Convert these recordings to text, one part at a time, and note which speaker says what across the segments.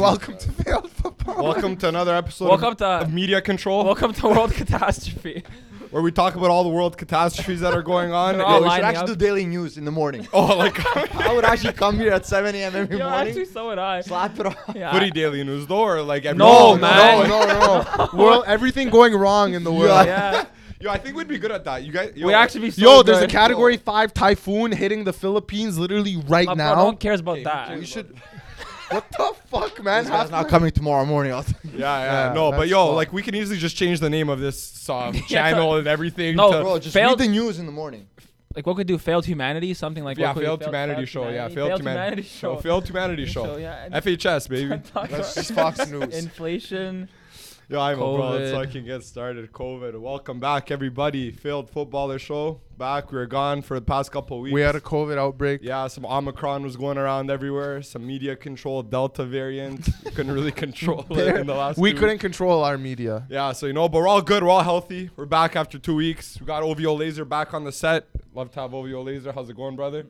Speaker 1: Welcome to Failed Football.
Speaker 2: Welcome to another episode of-
Speaker 3: Welcome
Speaker 2: of,
Speaker 3: to
Speaker 2: Media Control,
Speaker 3: Welcome to World Catastrophe.
Speaker 2: where we talk about all the world catastrophes that are going on.
Speaker 3: They're
Speaker 2: oh,
Speaker 3: all
Speaker 1: Yo, we should
Speaker 3: lining
Speaker 1: actually
Speaker 3: up. Oh,
Speaker 1: do daily news in the morning.
Speaker 2: like
Speaker 1: I would actually come here at 7 a.m. every
Speaker 3: Yo,
Speaker 1: morning.
Speaker 3: actually, so would I.
Speaker 1: Slap it off.
Speaker 3: Yeah.
Speaker 2: Hoodie Daily News, though, or like every
Speaker 3: No,
Speaker 2: No,
Speaker 3: man.
Speaker 2: no.
Speaker 1: No, no, no.
Speaker 4: World, everything going wrong in the world.
Speaker 1: Yeah.
Speaker 3: Yeah.
Speaker 2: Yo, I think we'd be good at that. You guys, yo,
Speaker 3: we actually be so
Speaker 4: Yo, there's a
Speaker 3: good.
Speaker 4: Category Five typhoon hitting the Philippines literally right
Speaker 3: My bro, no
Speaker 4: now.
Speaker 3: one cares about
Speaker 1: We
Speaker 3: that.
Speaker 1: should. What the fuck, man?
Speaker 4: This
Speaker 1: That's
Speaker 4: guy's
Speaker 1: not
Speaker 4: not
Speaker 1: coming tomorrow morning.
Speaker 2: Yeah, yeah,
Speaker 4: Yeah,
Speaker 2: no, but
Speaker 4: that's
Speaker 2: yo,
Speaker 4: fun.
Speaker 2: like we can easily just change the name of this uh,
Speaker 3: Yeah.
Speaker 2: channel and everything.
Speaker 3: No,
Speaker 2: to-
Speaker 1: Bro, just
Speaker 3: Failed-
Speaker 1: read the news in the morning.
Speaker 3: Like, what could do? Failed humanity? Something like
Speaker 2: yeah,
Speaker 3: what could
Speaker 2: failed
Speaker 3: do?
Speaker 2: humanity show. Yeah, failed,
Speaker 3: failed
Speaker 2: humanity,
Speaker 3: humanity
Speaker 2: show.
Speaker 3: show.
Speaker 2: Failed humanity show.
Speaker 3: yeah. and-
Speaker 2: FHS baby.
Speaker 1: That's just Fox News.
Speaker 3: Inflation.
Speaker 2: Yo, I'm a bro. Let's
Speaker 3: COVID.
Speaker 2: fucking get started. COVID. Welcome back, everybody. Failed footballer show. Back. We were gone for the past couple weeks.
Speaker 4: We had a COVID outbreak.
Speaker 2: Yeah, some Omicron was going around everywhere. Some media control Delta variant. Couldn't really control it in the last.
Speaker 4: We
Speaker 2: two
Speaker 4: couldn't control our media.
Speaker 2: Yeah, so you know, but we're all good. We're all healthy. We're back after two weeks. We got OVO Laser back on the set. Love to have OVO Laser. How's it going, brother?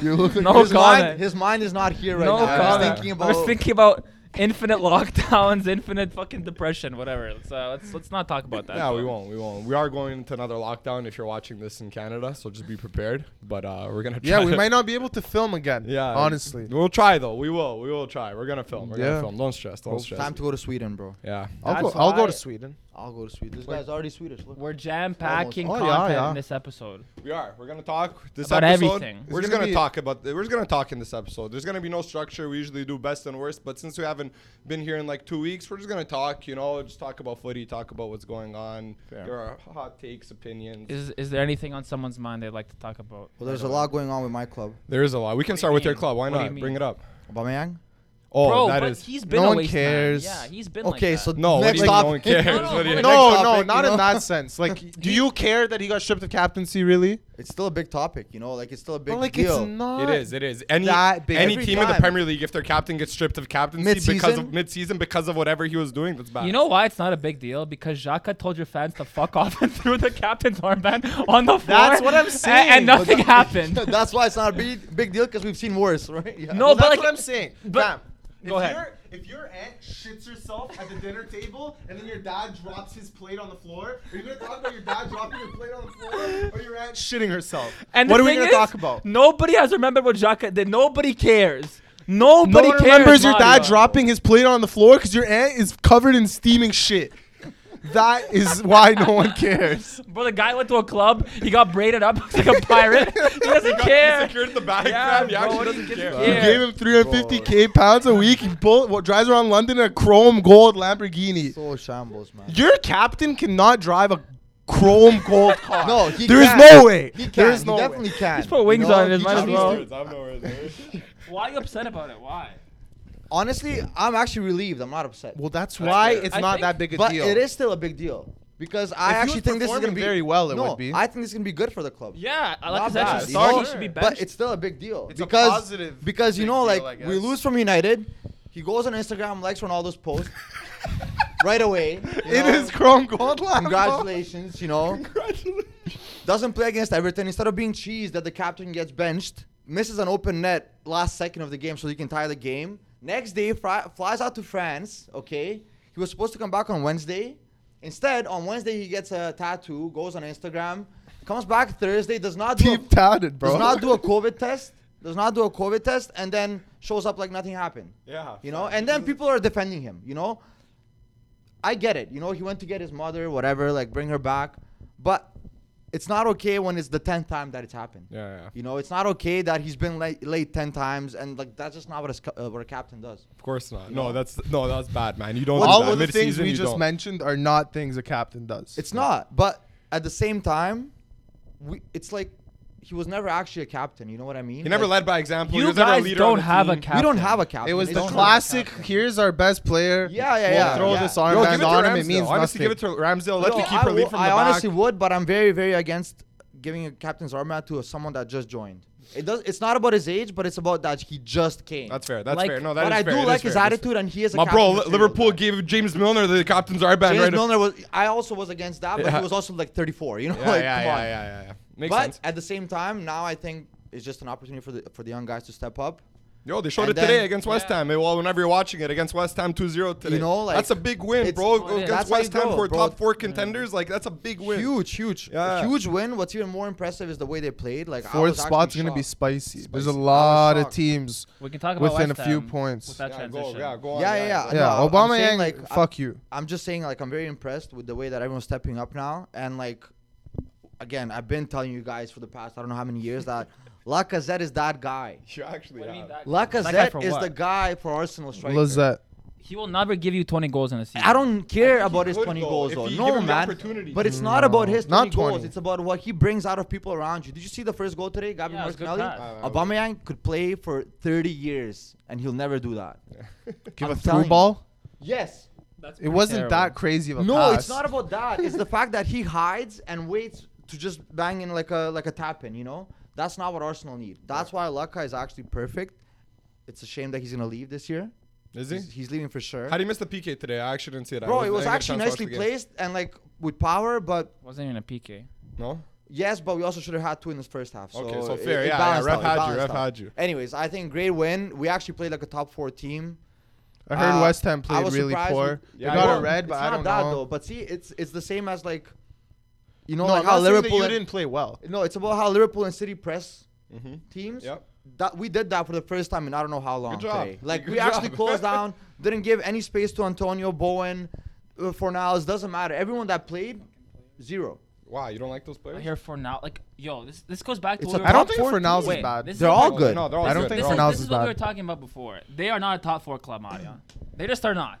Speaker 4: You look like
Speaker 3: No
Speaker 1: his,
Speaker 3: comment.
Speaker 1: mind, his mind is not here right
Speaker 3: no
Speaker 1: now.
Speaker 3: comment.
Speaker 1: He's thinking
Speaker 3: I was
Speaker 1: about.
Speaker 3: thinking about infinite lockdowns, infinite fucking depression, whatever. So let's let's not talk about that.
Speaker 2: Yeah, we
Speaker 3: bro.
Speaker 2: won't. We won't. We are going into another lockdown if you're watching this in Canada, so just be prepared. But uh, we're gonna. Try
Speaker 4: Yeah, we
Speaker 2: to-
Speaker 4: might not be able to film again.
Speaker 2: Yeah,
Speaker 4: honestly.
Speaker 2: we'll try though. We will. We will try. We're gonna film. We're gonna
Speaker 4: Yeah.
Speaker 2: film. Don't stress. Don't
Speaker 4: Well,
Speaker 2: stress.
Speaker 1: Time to go to Sweden, bro.
Speaker 2: yeah.
Speaker 4: I'll go.
Speaker 3: That's
Speaker 4: I'll go
Speaker 3: why-
Speaker 4: to Sweden.
Speaker 1: I'll go to Sweden. This guy's already Swedish. Look.
Speaker 3: We're jam packing
Speaker 4: Oh, yeah,
Speaker 3: content
Speaker 4: yeah.
Speaker 3: in this episode.
Speaker 2: We are. We're gonna talk this
Speaker 3: About
Speaker 2: episode.
Speaker 3: everything.
Speaker 2: We're
Speaker 4: It's
Speaker 2: just
Speaker 4: gonna
Speaker 2: gonna
Speaker 4: be-
Speaker 2: talk about. We're just gonna talk in this episode. There's gonna be no structure. We usually do best and worst, but since we haven't been here in like two weeks, we're just gonna talk. You know, just talk about footy, talk about what's going on,
Speaker 4: Fair.
Speaker 2: give our hot takes, opinions.
Speaker 3: Is is there anything on someone's mind they'd like to talk about?
Speaker 1: Well, there's a lot going on with my club.
Speaker 2: there is a lot. We can
Speaker 3: What do
Speaker 2: start
Speaker 3: you
Speaker 2: with your
Speaker 3: mean?
Speaker 2: club. Why
Speaker 3: What do you
Speaker 2: not?
Speaker 3: mean?
Speaker 2: Bring it up.
Speaker 1: Aubameyang.
Speaker 2: Oh,
Speaker 3: Bro,
Speaker 2: that
Speaker 3: but
Speaker 2: is.
Speaker 3: he's been
Speaker 4: No
Speaker 3: a
Speaker 4: one
Speaker 3: waste man.
Speaker 4: cares.
Speaker 3: Yeah, he's been like
Speaker 1: Okay,
Speaker 3: that.
Speaker 1: so
Speaker 2: No, what do
Speaker 1: next
Speaker 2: you mean
Speaker 1: stop.
Speaker 2: no one cares?
Speaker 3: No,
Speaker 2: What
Speaker 3: no,
Speaker 2: do you-
Speaker 3: but-
Speaker 2: Next-
Speaker 4: No,
Speaker 1: topic,
Speaker 4: no,
Speaker 1: you
Speaker 4: not
Speaker 1: know?
Speaker 4: in that sense. Like, do you care that he got stripped of captaincy? Really?
Speaker 1: It's still a big topic, you know. Like it's still a big
Speaker 4: But, like,
Speaker 1: deal.
Speaker 4: it's not.
Speaker 2: It is. It is. Any
Speaker 1: That big.
Speaker 2: any
Speaker 1: Every
Speaker 2: team in the
Speaker 1: time.
Speaker 2: Premier League, if their captain gets stripped of captaincy because of
Speaker 1: Mid-season?
Speaker 2: mid-season because of whatever he was doing, that's bad.
Speaker 3: You know why it's not a big deal? Because Xhaka told your fans to fuck off and threw the captain's armband on the floor.
Speaker 4: That's what I'm
Speaker 3: a- And,
Speaker 4: saying.
Speaker 3: nothing
Speaker 1: But
Speaker 3: happened.
Speaker 1: That's why it's not a big, big deal because we've seen worse, right? Yeah.
Speaker 3: No, but
Speaker 4: that's
Speaker 3: like-
Speaker 4: what I'm saying.
Speaker 3: but-
Speaker 4: Fam,
Speaker 3: Go
Speaker 4: if
Speaker 3: ahead.
Speaker 4: Your, if your aunt shits herself at the dinner table and then your dad drops his plate on the floor, are you gonna talk about your dad dropping your plate on the floor or your aunt shitting herself?
Speaker 3: And
Speaker 4: what
Speaker 3: the
Speaker 4: are we
Speaker 3: thing
Speaker 4: gonna
Speaker 3: is,
Speaker 4: talk about?
Speaker 3: Nobody has remembered what Xhaka did. Nobody cares. Nobody cares.
Speaker 4: remembers your dad
Speaker 3: Mario.
Speaker 4: dropping his plate on the floor because your aunt is covered in steaming shit. That is why no one cares.
Speaker 3: Bro, the guy went to a club. He got braided up like a pirate. he doesn't
Speaker 2: He
Speaker 3: care.
Speaker 2: secured the bag.
Speaker 3: Yeah,
Speaker 2: fam. He
Speaker 3: bro,
Speaker 2: actually
Speaker 3: what do
Speaker 2: doesn't
Speaker 3: you
Speaker 2: care.
Speaker 3: get-
Speaker 4: You
Speaker 3: Yeah.
Speaker 4: gave him 350k pounds a week. He bull, what, drives around London in a chrome gold Lamborghini.
Speaker 1: So shambles, man.
Speaker 4: Your captain cannot drive a chrome gold car.
Speaker 1: No, he
Speaker 4: There is
Speaker 1: can.
Speaker 4: no way.
Speaker 1: He can.
Speaker 4: There is
Speaker 1: he
Speaker 4: no way.
Speaker 1: definitely can.
Speaker 3: He's put wings
Speaker 1: You know,
Speaker 3: on it,
Speaker 1: he
Speaker 3: might
Speaker 1: just
Speaker 3: as
Speaker 2: I'm
Speaker 1: needs
Speaker 3: well.
Speaker 1: to-
Speaker 2: nervous. I'm nervous.
Speaker 3: Why are you upset about it? Why?
Speaker 1: Honestly, I'm actually relieved. I'm not upset.
Speaker 4: Well, that's why
Speaker 3: fair.
Speaker 4: it's
Speaker 3: I
Speaker 4: not
Speaker 3: think-
Speaker 4: that big a
Speaker 1: but
Speaker 4: deal.
Speaker 1: it is still a big deal because
Speaker 4: If
Speaker 1: I
Speaker 4: he
Speaker 1: actually
Speaker 4: was
Speaker 1: think this is gonna
Speaker 4: performing
Speaker 1: be
Speaker 4: very well, it
Speaker 1: no,
Speaker 4: would be.
Speaker 1: I think this is gonna be good for the club.
Speaker 3: Yeah,
Speaker 1: Not
Speaker 3: Alexis
Speaker 1: bad,
Speaker 3: actually
Speaker 1: you
Speaker 3: started.
Speaker 1: know?
Speaker 3: He should be benched.
Speaker 1: But it's still a big deal
Speaker 4: It's a
Speaker 1: because
Speaker 4: positive
Speaker 1: because you
Speaker 4: big
Speaker 1: know
Speaker 4: deal,
Speaker 1: like
Speaker 4: I
Speaker 1: we
Speaker 4: guess.
Speaker 1: lose from United, he goes on Instagram, likes Ronaldo's post right away. you
Speaker 4: It
Speaker 1: know?
Speaker 4: is chrome gold Lambo.
Speaker 1: Congratulations, you know. Doesn't play against Everton. Instead of being cheesed that the captain gets benched, misses an open net last second of the game so he can tie the game. Next day, fri- flies out to France, okay? He was supposed to come back on Wednesday. Instead, on Wednesday, he gets a tattoo, goes on Instagram, comes back Thursday, does not do, a,
Speaker 4: Deep tatted, bro.
Speaker 1: does not do a COVID test, does not do a COVID test, and then shows up like nothing happened.
Speaker 2: Yeah.
Speaker 1: You know, and then people are defending him, you know? I get it. You know, he went to get his mother, whatever, like bring her back. But it's not okay when it's the 10th time that it's happened.
Speaker 2: Yeah, yeah.
Speaker 1: You know, it's not okay that he's been late, late 10 times and like that's just not what a, sc- uh, what a captain does.
Speaker 2: Of course not. No, that's no, that's bad, man. You don't. do
Speaker 4: All
Speaker 2: that.
Speaker 4: of the things
Speaker 2: Mid-season,
Speaker 4: we
Speaker 2: you
Speaker 4: just
Speaker 2: don't.
Speaker 4: mentioned are not things a captain does.
Speaker 1: It's not. But at the same time, we it's like he was never actually a captain, you know what I mean?
Speaker 2: He never
Speaker 1: like,
Speaker 2: led by example. he
Speaker 3: you
Speaker 2: was never a
Speaker 3: guys
Speaker 2: leader
Speaker 3: don't
Speaker 2: on the
Speaker 3: have a
Speaker 2: team.
Speaker 3: captain.
Speaker 1: We don't have a captain.
Speaker 4: It was
Speaker 1: They
Speaker 4: the
Speaker 1: don't have a
Speaker 4: classic.
Speaker 1: captain.
Speaker 4: Here's our best player.
Speaker 1: Yeah, yeah,
Speaker 4: We'll
Speaker 1: yeah,
Speaker 4: throw
Speaker 1: yeah.
Speaker 4: this
Speaker 1: Yo,
Speaker 2: Yo, give
Speaker 4: armband
Speaker 2: it to
Speaker 4: on him.
Speaker 2: Ramsdale.
Speaker 4: It means
Speaker 2: Honestly,
Speaker 4: nothing.
Speaker 2: give it to Ramsdale. Let
Speaker 1: Yo,
Speaker 2: the
Speaker 1: I
Speaker 2: keeper
Speaker 1: wo-
Speaker 2: lead from
Speaker 1: I
Speaker 2: the
Speaker 1: honestly
Speaker 2: back.
Speaker 1: would, but I'm very, very against giving a captain's armband to someone that just joined. It does. It's not about his age, but it's about that he just came.
Speaker 2: That's fair. That's
Speaker 3: Like,
Speaker 2: fair. No, that is
Speaker 1: But I
Speaker 2: fair.
Speaker 1: do
Speaker 2: It is
Speaker 1: like his
Speaker 2: fair. It is
Speaker 1: attitude, and he is a
Speaker 2: fair. My bro,
Speaker 1: captain
Speaker 2: Li-
Speaker 1: material
Speaker 2: Liverpool
Speaker 1: guy.
Speaker 2: gave James Milner the captain's armband
Speaker 1: James
Speaker 2: right.
Speaker 1: Milner was. I also was against that, but
Speaker 2: Yeah.
Speaker 1: he was also like 34. You know,
Speaker 2: Yeah, yeah,
Speaker 1: like
Speaker 2: yeah,
Speaker 1: come on.
Speaker 2: yeah, yeah, yeah. Makes
Speaker 1: but
Speaker 2: sense.
Speaker 1: at the same time, now I think it's just an opportunity for the for the young guys to step up.
Speaker 2: Yo, they showed
Speaker 1: And
Speaker 2: it today
Speaker 1: then-
Speaker 2: against West
Speaker 3: Yeah.
Speaker 2: Ham. Well, whenever you're watching it against West Ham 2-0 today.
Speaker 1: know, like,
Speaker 2: that's a big win,
Speaker 1: it's-
Speaker 2: bro.
Speaker 1: Oh, yeah.
Speaker 2: Against
Speaker 1: That's how you
Speaker 2: West Ham
Speaker 1: go,
Speaker 2: for
Speaker 1: bro.
Speaker 2: top 4 contenders, like that's a big win.
Speaker 4: Huge, huge.
Speaker 2: Yeah.
Speaker 1: Huge win. What's even more impressive is the way they played. Like I
Speaker 4: Fourth
Speaker 1: was
Speaker 4: spot's
Speaker 1: actually
Speaker 4: gonna be
Speaker 1: shocked.
Speaker 4: spicy. There's a
Speaker 1: Spicy. I was
Speaker 4: lot of
Speaker 1: shocked.
Speaker 4: teams.
Speaker 3: We can talk about
Speaker 4: Within a
Speaker 3: West
Speaker 4: few
Speaker 3: Ham
Speaker 4: points.
Speaker 3: with
Speaker 2: Yeah,
Speaker 3: that
Speaker 2: go,
Speaker 3: transition.
Speaker 2: yeah, go on.
Speaker 1: Yeah, yeah, yeah.
Speaker 4: Yeah,
Speaker 1: No, I'm
Speaker 4: Obama
Speaker 1: saying,
Speaker 4: Yang,
Speaker 1: like, I-
Speaker 4: fuck you.
Speaker 1: I'm just saying, like, I'm very impressed with the way that everyone's stepping up now. And, like, again, I've been telling you guys for the past, I don't know how many years, that Lacazette is that guy.
Speaker 2: You actually
Speaker 3: What do you
Speaker 2: have.
Speaker 3: mean that guy? That guy for
Speaker 1: Lacazette is
Speaker 3: what?
Speaker 1: the guy for Arsenal striker.
Speaker 4: Lizette.
Speaker 3: He will never give you 20 goals in a season.
Speaker 1: I don't care
Speaker 2: he
Speaker 1: about his
Speaker 2: could,
Speaker 1: 20
Speaker 2: though,
Speaker 1: goals,
Speaker 2: if
Speaker 1: though.
Speaker 2: you give
Speaker 1: No,
Speaker 2: him the
Speaker 1: man.
Speaker 2: opportunity.
Speaker 1: But it's not about his 20
Speaker 4: Not
Speaker 1: goals.
Speaker 4: 20.
Speaker 1: It's about what he brings out of people around you. Did you see the first goal today, Gabi
Speaker 3: Yeah, it was a good pass.
Speaker 1: Martinelli?
Speaker 2: Uh,
Speaker 1: Aubameyang could play for 30 years, and he'll never do that.
Speaker 4: Give a
Speaker 1: I'm telling
Speaker 4: through
Speaker 1: you.
Speaker 4: ball.
Speaker 1: Yes.
Speaker 3: That's
Speaker 4: It
Speaker 3: pretty
Speaker 4: wasn't
Speaker 3: terrible.
Speaker 4: that crazy of a
Speaker 1: No,
Speaker 4: pass.
Speaker 1: it's not about that. It's the fact that he hides and waits to just bang in like a like a tap in. You know, that's not what Arsenal need. That's why Laka is actually perfect. It's a shame that he's gonna leave this year.
Speaker 2: Is
Speaker 1: He's,
Speaker 2: he?
Speaker 1: he's leaving for sure.
Speaker 2: How do you miss the PK today? I actually didn't see it. I
Speaker 1: Bro, it
Speaker 2: wasn't-
Speaker 1: was
Speaker 2: I didn't get a
Speaker 1: actually
Speaker 2: chance to
Speaker 1: nicely
Speaker 2: watch the game.
Speaker 1: placed and like with power, but
Speaker 3: Wasn't even a PK.
Speaker 2: No?
Speaker 1: yes, but we also should have had two in this first half. So
Speaker 2: Okay, so
Speaker 1: it-
Speaker 2: fair.
Speaker 1: it
Speaker 2: Yeah, yeah,
Speaker 1: balanced
Speaker 2: ref
Speaker 1: out, it
Speaker 2: had you,
Speaker 1: balanced
Speaker 2: ref
Speaker 1: out.
Speaker 2: had you.
Speaker 1: Anyways, I think great win. We actually played like a top four team.
Speaker 4: I heard
Speaker 1: Uh,
Speaker 4: West Ham
Speaker 1: I
Speaker 4: played
Speaker 1: was
Speaker 4: really
Speaker 1: surprised
Speaker 4: poor.
Speaker 1: with-
Speaker 4: They
Speaker 2: Yeah,
Speaker 4: got
Speaker 2: well,
Speaker 4: a red, but
Speaker 1: it's
Speaker 4: I
Speaker 1: not
Speaker 4: don't
Speaker 1: that
Speaker 4: know.
Speaker 1: though. But see, it's it's the same as like, you know,
Speaker 5: No,
Speaker 1: like how Liverpool
Speaker 5: you
Speaker 1: and-
Speaker 5: didn't play well.
Speaker 1: No, it's about how Liverpool and City press
Speaker 2: Mm-hmm.
Speaker 1: teams.
Speaker 2: Yep.
Speaker 1: That we did that for the first time in I don't know how long.
Speaker 2: job.
Speaker 1: today. Like
Speaker 2: Good
Speaker 1: we actually
Speaker 2: job.
Speaker 1: closed down, didn't give any space to Antonio Bowen, uh, Fornals. Doesn't matter. Everyone that played, zero.
Speaker 2: Wow, you don't like those players?
Speaker 3: I hear for now, like, yo, this this goes back to.
Speaker 1: It's
Speaker 3: what
Speaker 1: a
Speaker 3: we
Speaker 4: I
Speaker 3: were
Speaker 4: don't
Speaker 3: talking-
Speaker 4: think Fornals
Speaker 3: Wait,
Speaker 4: is bad.
Speaker 3: this
Speaker 1: They're
Speaker 3: what
Speaker 1: all
Speaker 3: we-
Speaker 1: good.
Speaker 2: No, they're all
Speaker 4: I don't
Speaker 2: good.
Speaker 4: think
Speaker 3: This
Speaker 2: They're all
Speaker 4: Fornals
Speaker 3: is, this
Speaker 4: is
Speaker 3: is what we
Speaker 4: bad.
Speaker 3: were talking about before. They are not a top four club, Marion. They just are not. don't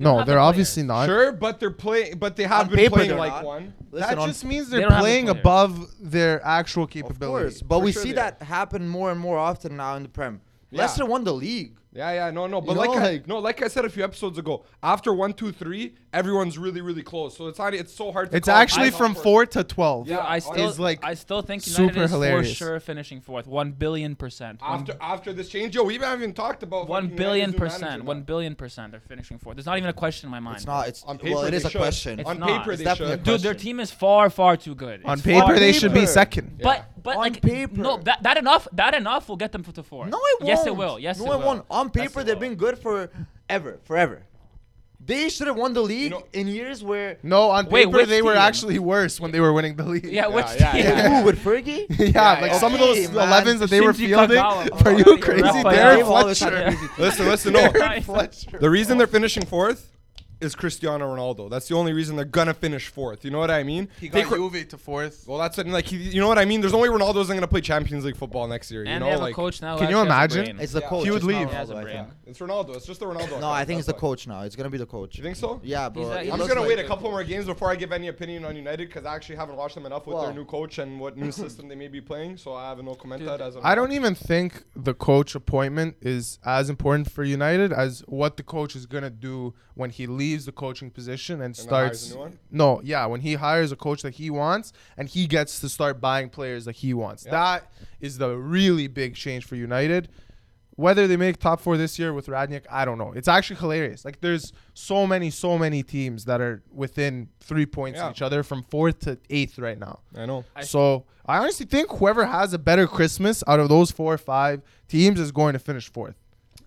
Speaker 4: No,
Speaker 3: have the
Speaker 4: they're obviously
Speaker 3: players.
Speaker 4: not.
Speaker 2: Sure, but they're playing. But they have
Speaker 1: On
Speaker 2: been
Speaker 1: paper,
Speaker 2: playing
Speaker 1: they're
Speaker 2: like
Speaker 1: not.
Speaker 2: one.
Speaker 1: Listen,
Speaker 4: that
Speaker 1: on-
Speaker 4: just means
Speaker 3: they
Speaker 4: they're
Speaker 3: don't have the
Speaker 4: playing
Speaker 3: players.
Speaker 4: above their actual
Speaker 1: of
Speaker 4: capability.
Speaker 1: course. But
Speaker 2: For
Speaker 1: we
Speaker 2: sure
Speaker 1: see
Speaker 2: they
Speaker 1: that happen more and more often now in the Prem.
Speaker 2: Yeah.
Speaker 1: Leicester won the league.
Speaker 2: Yeah, yeah, no, no, but
Speaker 1: You
Speaker 2: like,
Speaker 1: know,
Speaker 2: I,
Speaker 1: like-
Speaker 2: no, like I said a few episodes ago, after one, two, three, everyone's really, really close. So it's not, it's so hard. To
Speaker 4: It's
Speaker 2: call
Speaker 4: actually
Speaker 2: top
Speaker 4: from
Speaker 2: four.
Speaker 4: four to twelve.
Speaker 2: Yeah,
Speaker 3: I
Speaker 2: on-
Speaker 3: still,
Speaker 4: is, like,
Speaker 3: I still think United
Speaker 4: super
Speaker 3: is for
Speaker 4: hilarious.
Speaker 3: sure finishing fourth, one billion percent. One
Speaker 2: After after this change, yo, we haven't even talked about
Speaker 3: One
Speaker 2: fucking
Speaker 3: billion
Speaker 2: United's new manager,
Speaker 3: percent.
Speaker 2: man.
Speaker 3: One billion percent. They're finishing fourth. There's not even a question in my mind.
Speaker 1: It's not. It's
Speaker 2: On paper,
Speaker 1: well, it
Speaker 2: they
Speaker 1: is a
Speaker 2: should.
Speaker 1: question.
Speaker 3: It's
Speaker 2: on
Speaker 3: not.
Speaker 2: paper,
Speaker 1: It's
Speaker 2: they
Speaker 1: definitely a
Speaker 2: should.
Speaker 1: question.
Speaker 3: Dude, their team is far, far too good.
Speaker 4: On
Speaker 3: It's far
Speaker 4: paper, they
Speaker 3: too
Speaker 4: should
Speaker 3: good.
Speaker 4: be second.
Speaker 3: But but
Speaker 1: On
Speaker 3: like
Speaker 1: paper.
Speaker 3: no, that, that enough that enough will get them to four.
Speaker 1: No, it won't.
Speaker 3: Yes, it will. Yes,
Speaker 1: no,
Speaker 3: it will.
Speaker 1: won't. On
Speaker 3: Yes,
Speaker 1: paper,
Speaker 3: it
Speaker 1: they've
Speaker 3: will.
Speaker 1: been good for ever, forever. They should have won the league
Speaker 2: know-
Speaker 1: in years where
Speaker 4: No, on
Speaker 3: Wait,
Speaker 4: paper
Speaker 3: which
Speaker 4: they were
Speaker 3: team?
Speaker 4: actually worse when they were winning the league.
Speaker 3: Yeah, which
Speaker 2: yeah,
Speaker 3: team?
Speaker 2: yeah.
Speaker 1: Who, with Fergie.
Speaker 4: yeah, like
Speaker 1: yeah.
Speaker 4: some of those
Speaker 1: Okay, man.
Speaker 4: elevens that they were
Speaker 3: Shinji
Speaker 4: fielding.
Speaker 3: Kagawa.
Speaker 4: Are
Speaker 3: Oh,
Speaker 4: you
Speaker 3: yeah,
Speaker 4: crazy?
Speaker 3: Rafael.
Speaker 4: Darren
Speaker 1: They've always had
Speaker 4: Fletcher.
Speaker 1: crazy teams.
Speaker 2: Listen, listen, no.
Speaker 3: Darren Fletcher.
Speaker 2: The reason they're finishing fourth is Cristiano Ronaldo. That's the only reason they're gonna finish fourth. You know what I mean? They cr-
Speaker 4: Juve to fourth.
Speaker 2: well, that's it. Like, he, you know what I mean? There's no way Ronaldo isn't gonna play Champions League football next year. You
Speaker 3: And
Speaker 2: know,
Speaker 3: they have
Speaker 2: like
Speaker 3: a coach now. who
Speaker 4: Can you
Speaker 3: actually has a
Speaker 4: imagine?
Speaker 3: brain.
Speaker 1: It's the
Speaker 2: Yeah.
Speaker 1: coach.
Speaker 4: He would
Speaker 1: It's not
Speaker 4: leave.
Speaker 3: He has a
Speaker 1: Ronaldo, I
Speaker 3: brain.
Speaker 1: think.
Speaker 2: it's Ronaldo. It's just the Ronaldo.
Speaker 1: No, I think it's the
Speaker 2: That's why.
Speaker 1: coach now. It's gonna be the coach.
Speaker 2: You think so?
Speaker 1: Yeah, bro.
Speaker 3: like-
Speaker 1: it
Speaker 2: I'm
Speaker 1: looks
Speaker 2: just gonna
Speaker 1: like-
Speaker 2: wait a couple more games before I give any opinion on United because I actually haven't watched them enough with
Speaker 1: Well.
Speaker 2: their new coach and what new system they may be playing. So I have no comment
Speaker 3: Dude,
Speaker 2: on that as of
Speaker 4: I
Speaker 2: now.
Speaker 4: don't even think the coach appointment is as important for United as what the coach is gonna do when he leaves the coaching position and,
Speaker 2: then hires
Speaker 4: starts.
Speaker 2: a new one?
Speaker 4: No, yeah, when he hires a coach that he wants and he gets to start buying players that he wants.
Speaker 2: Yeah.
Speaker 4: That is the really big change for United. Whether they make top four this year with Radnick, I don't know. It's actually hilarious. Like there's so many, so many teams that are within three points
Speaker 2: Yeah.
Speaker 4: of each other from fourth to eighth right now.
Speaker 2: I know.
Speaker 3: I-
Speaker 4: So I honestly think whoever has a better Christmas out of those four or five teams is going to finish fourth.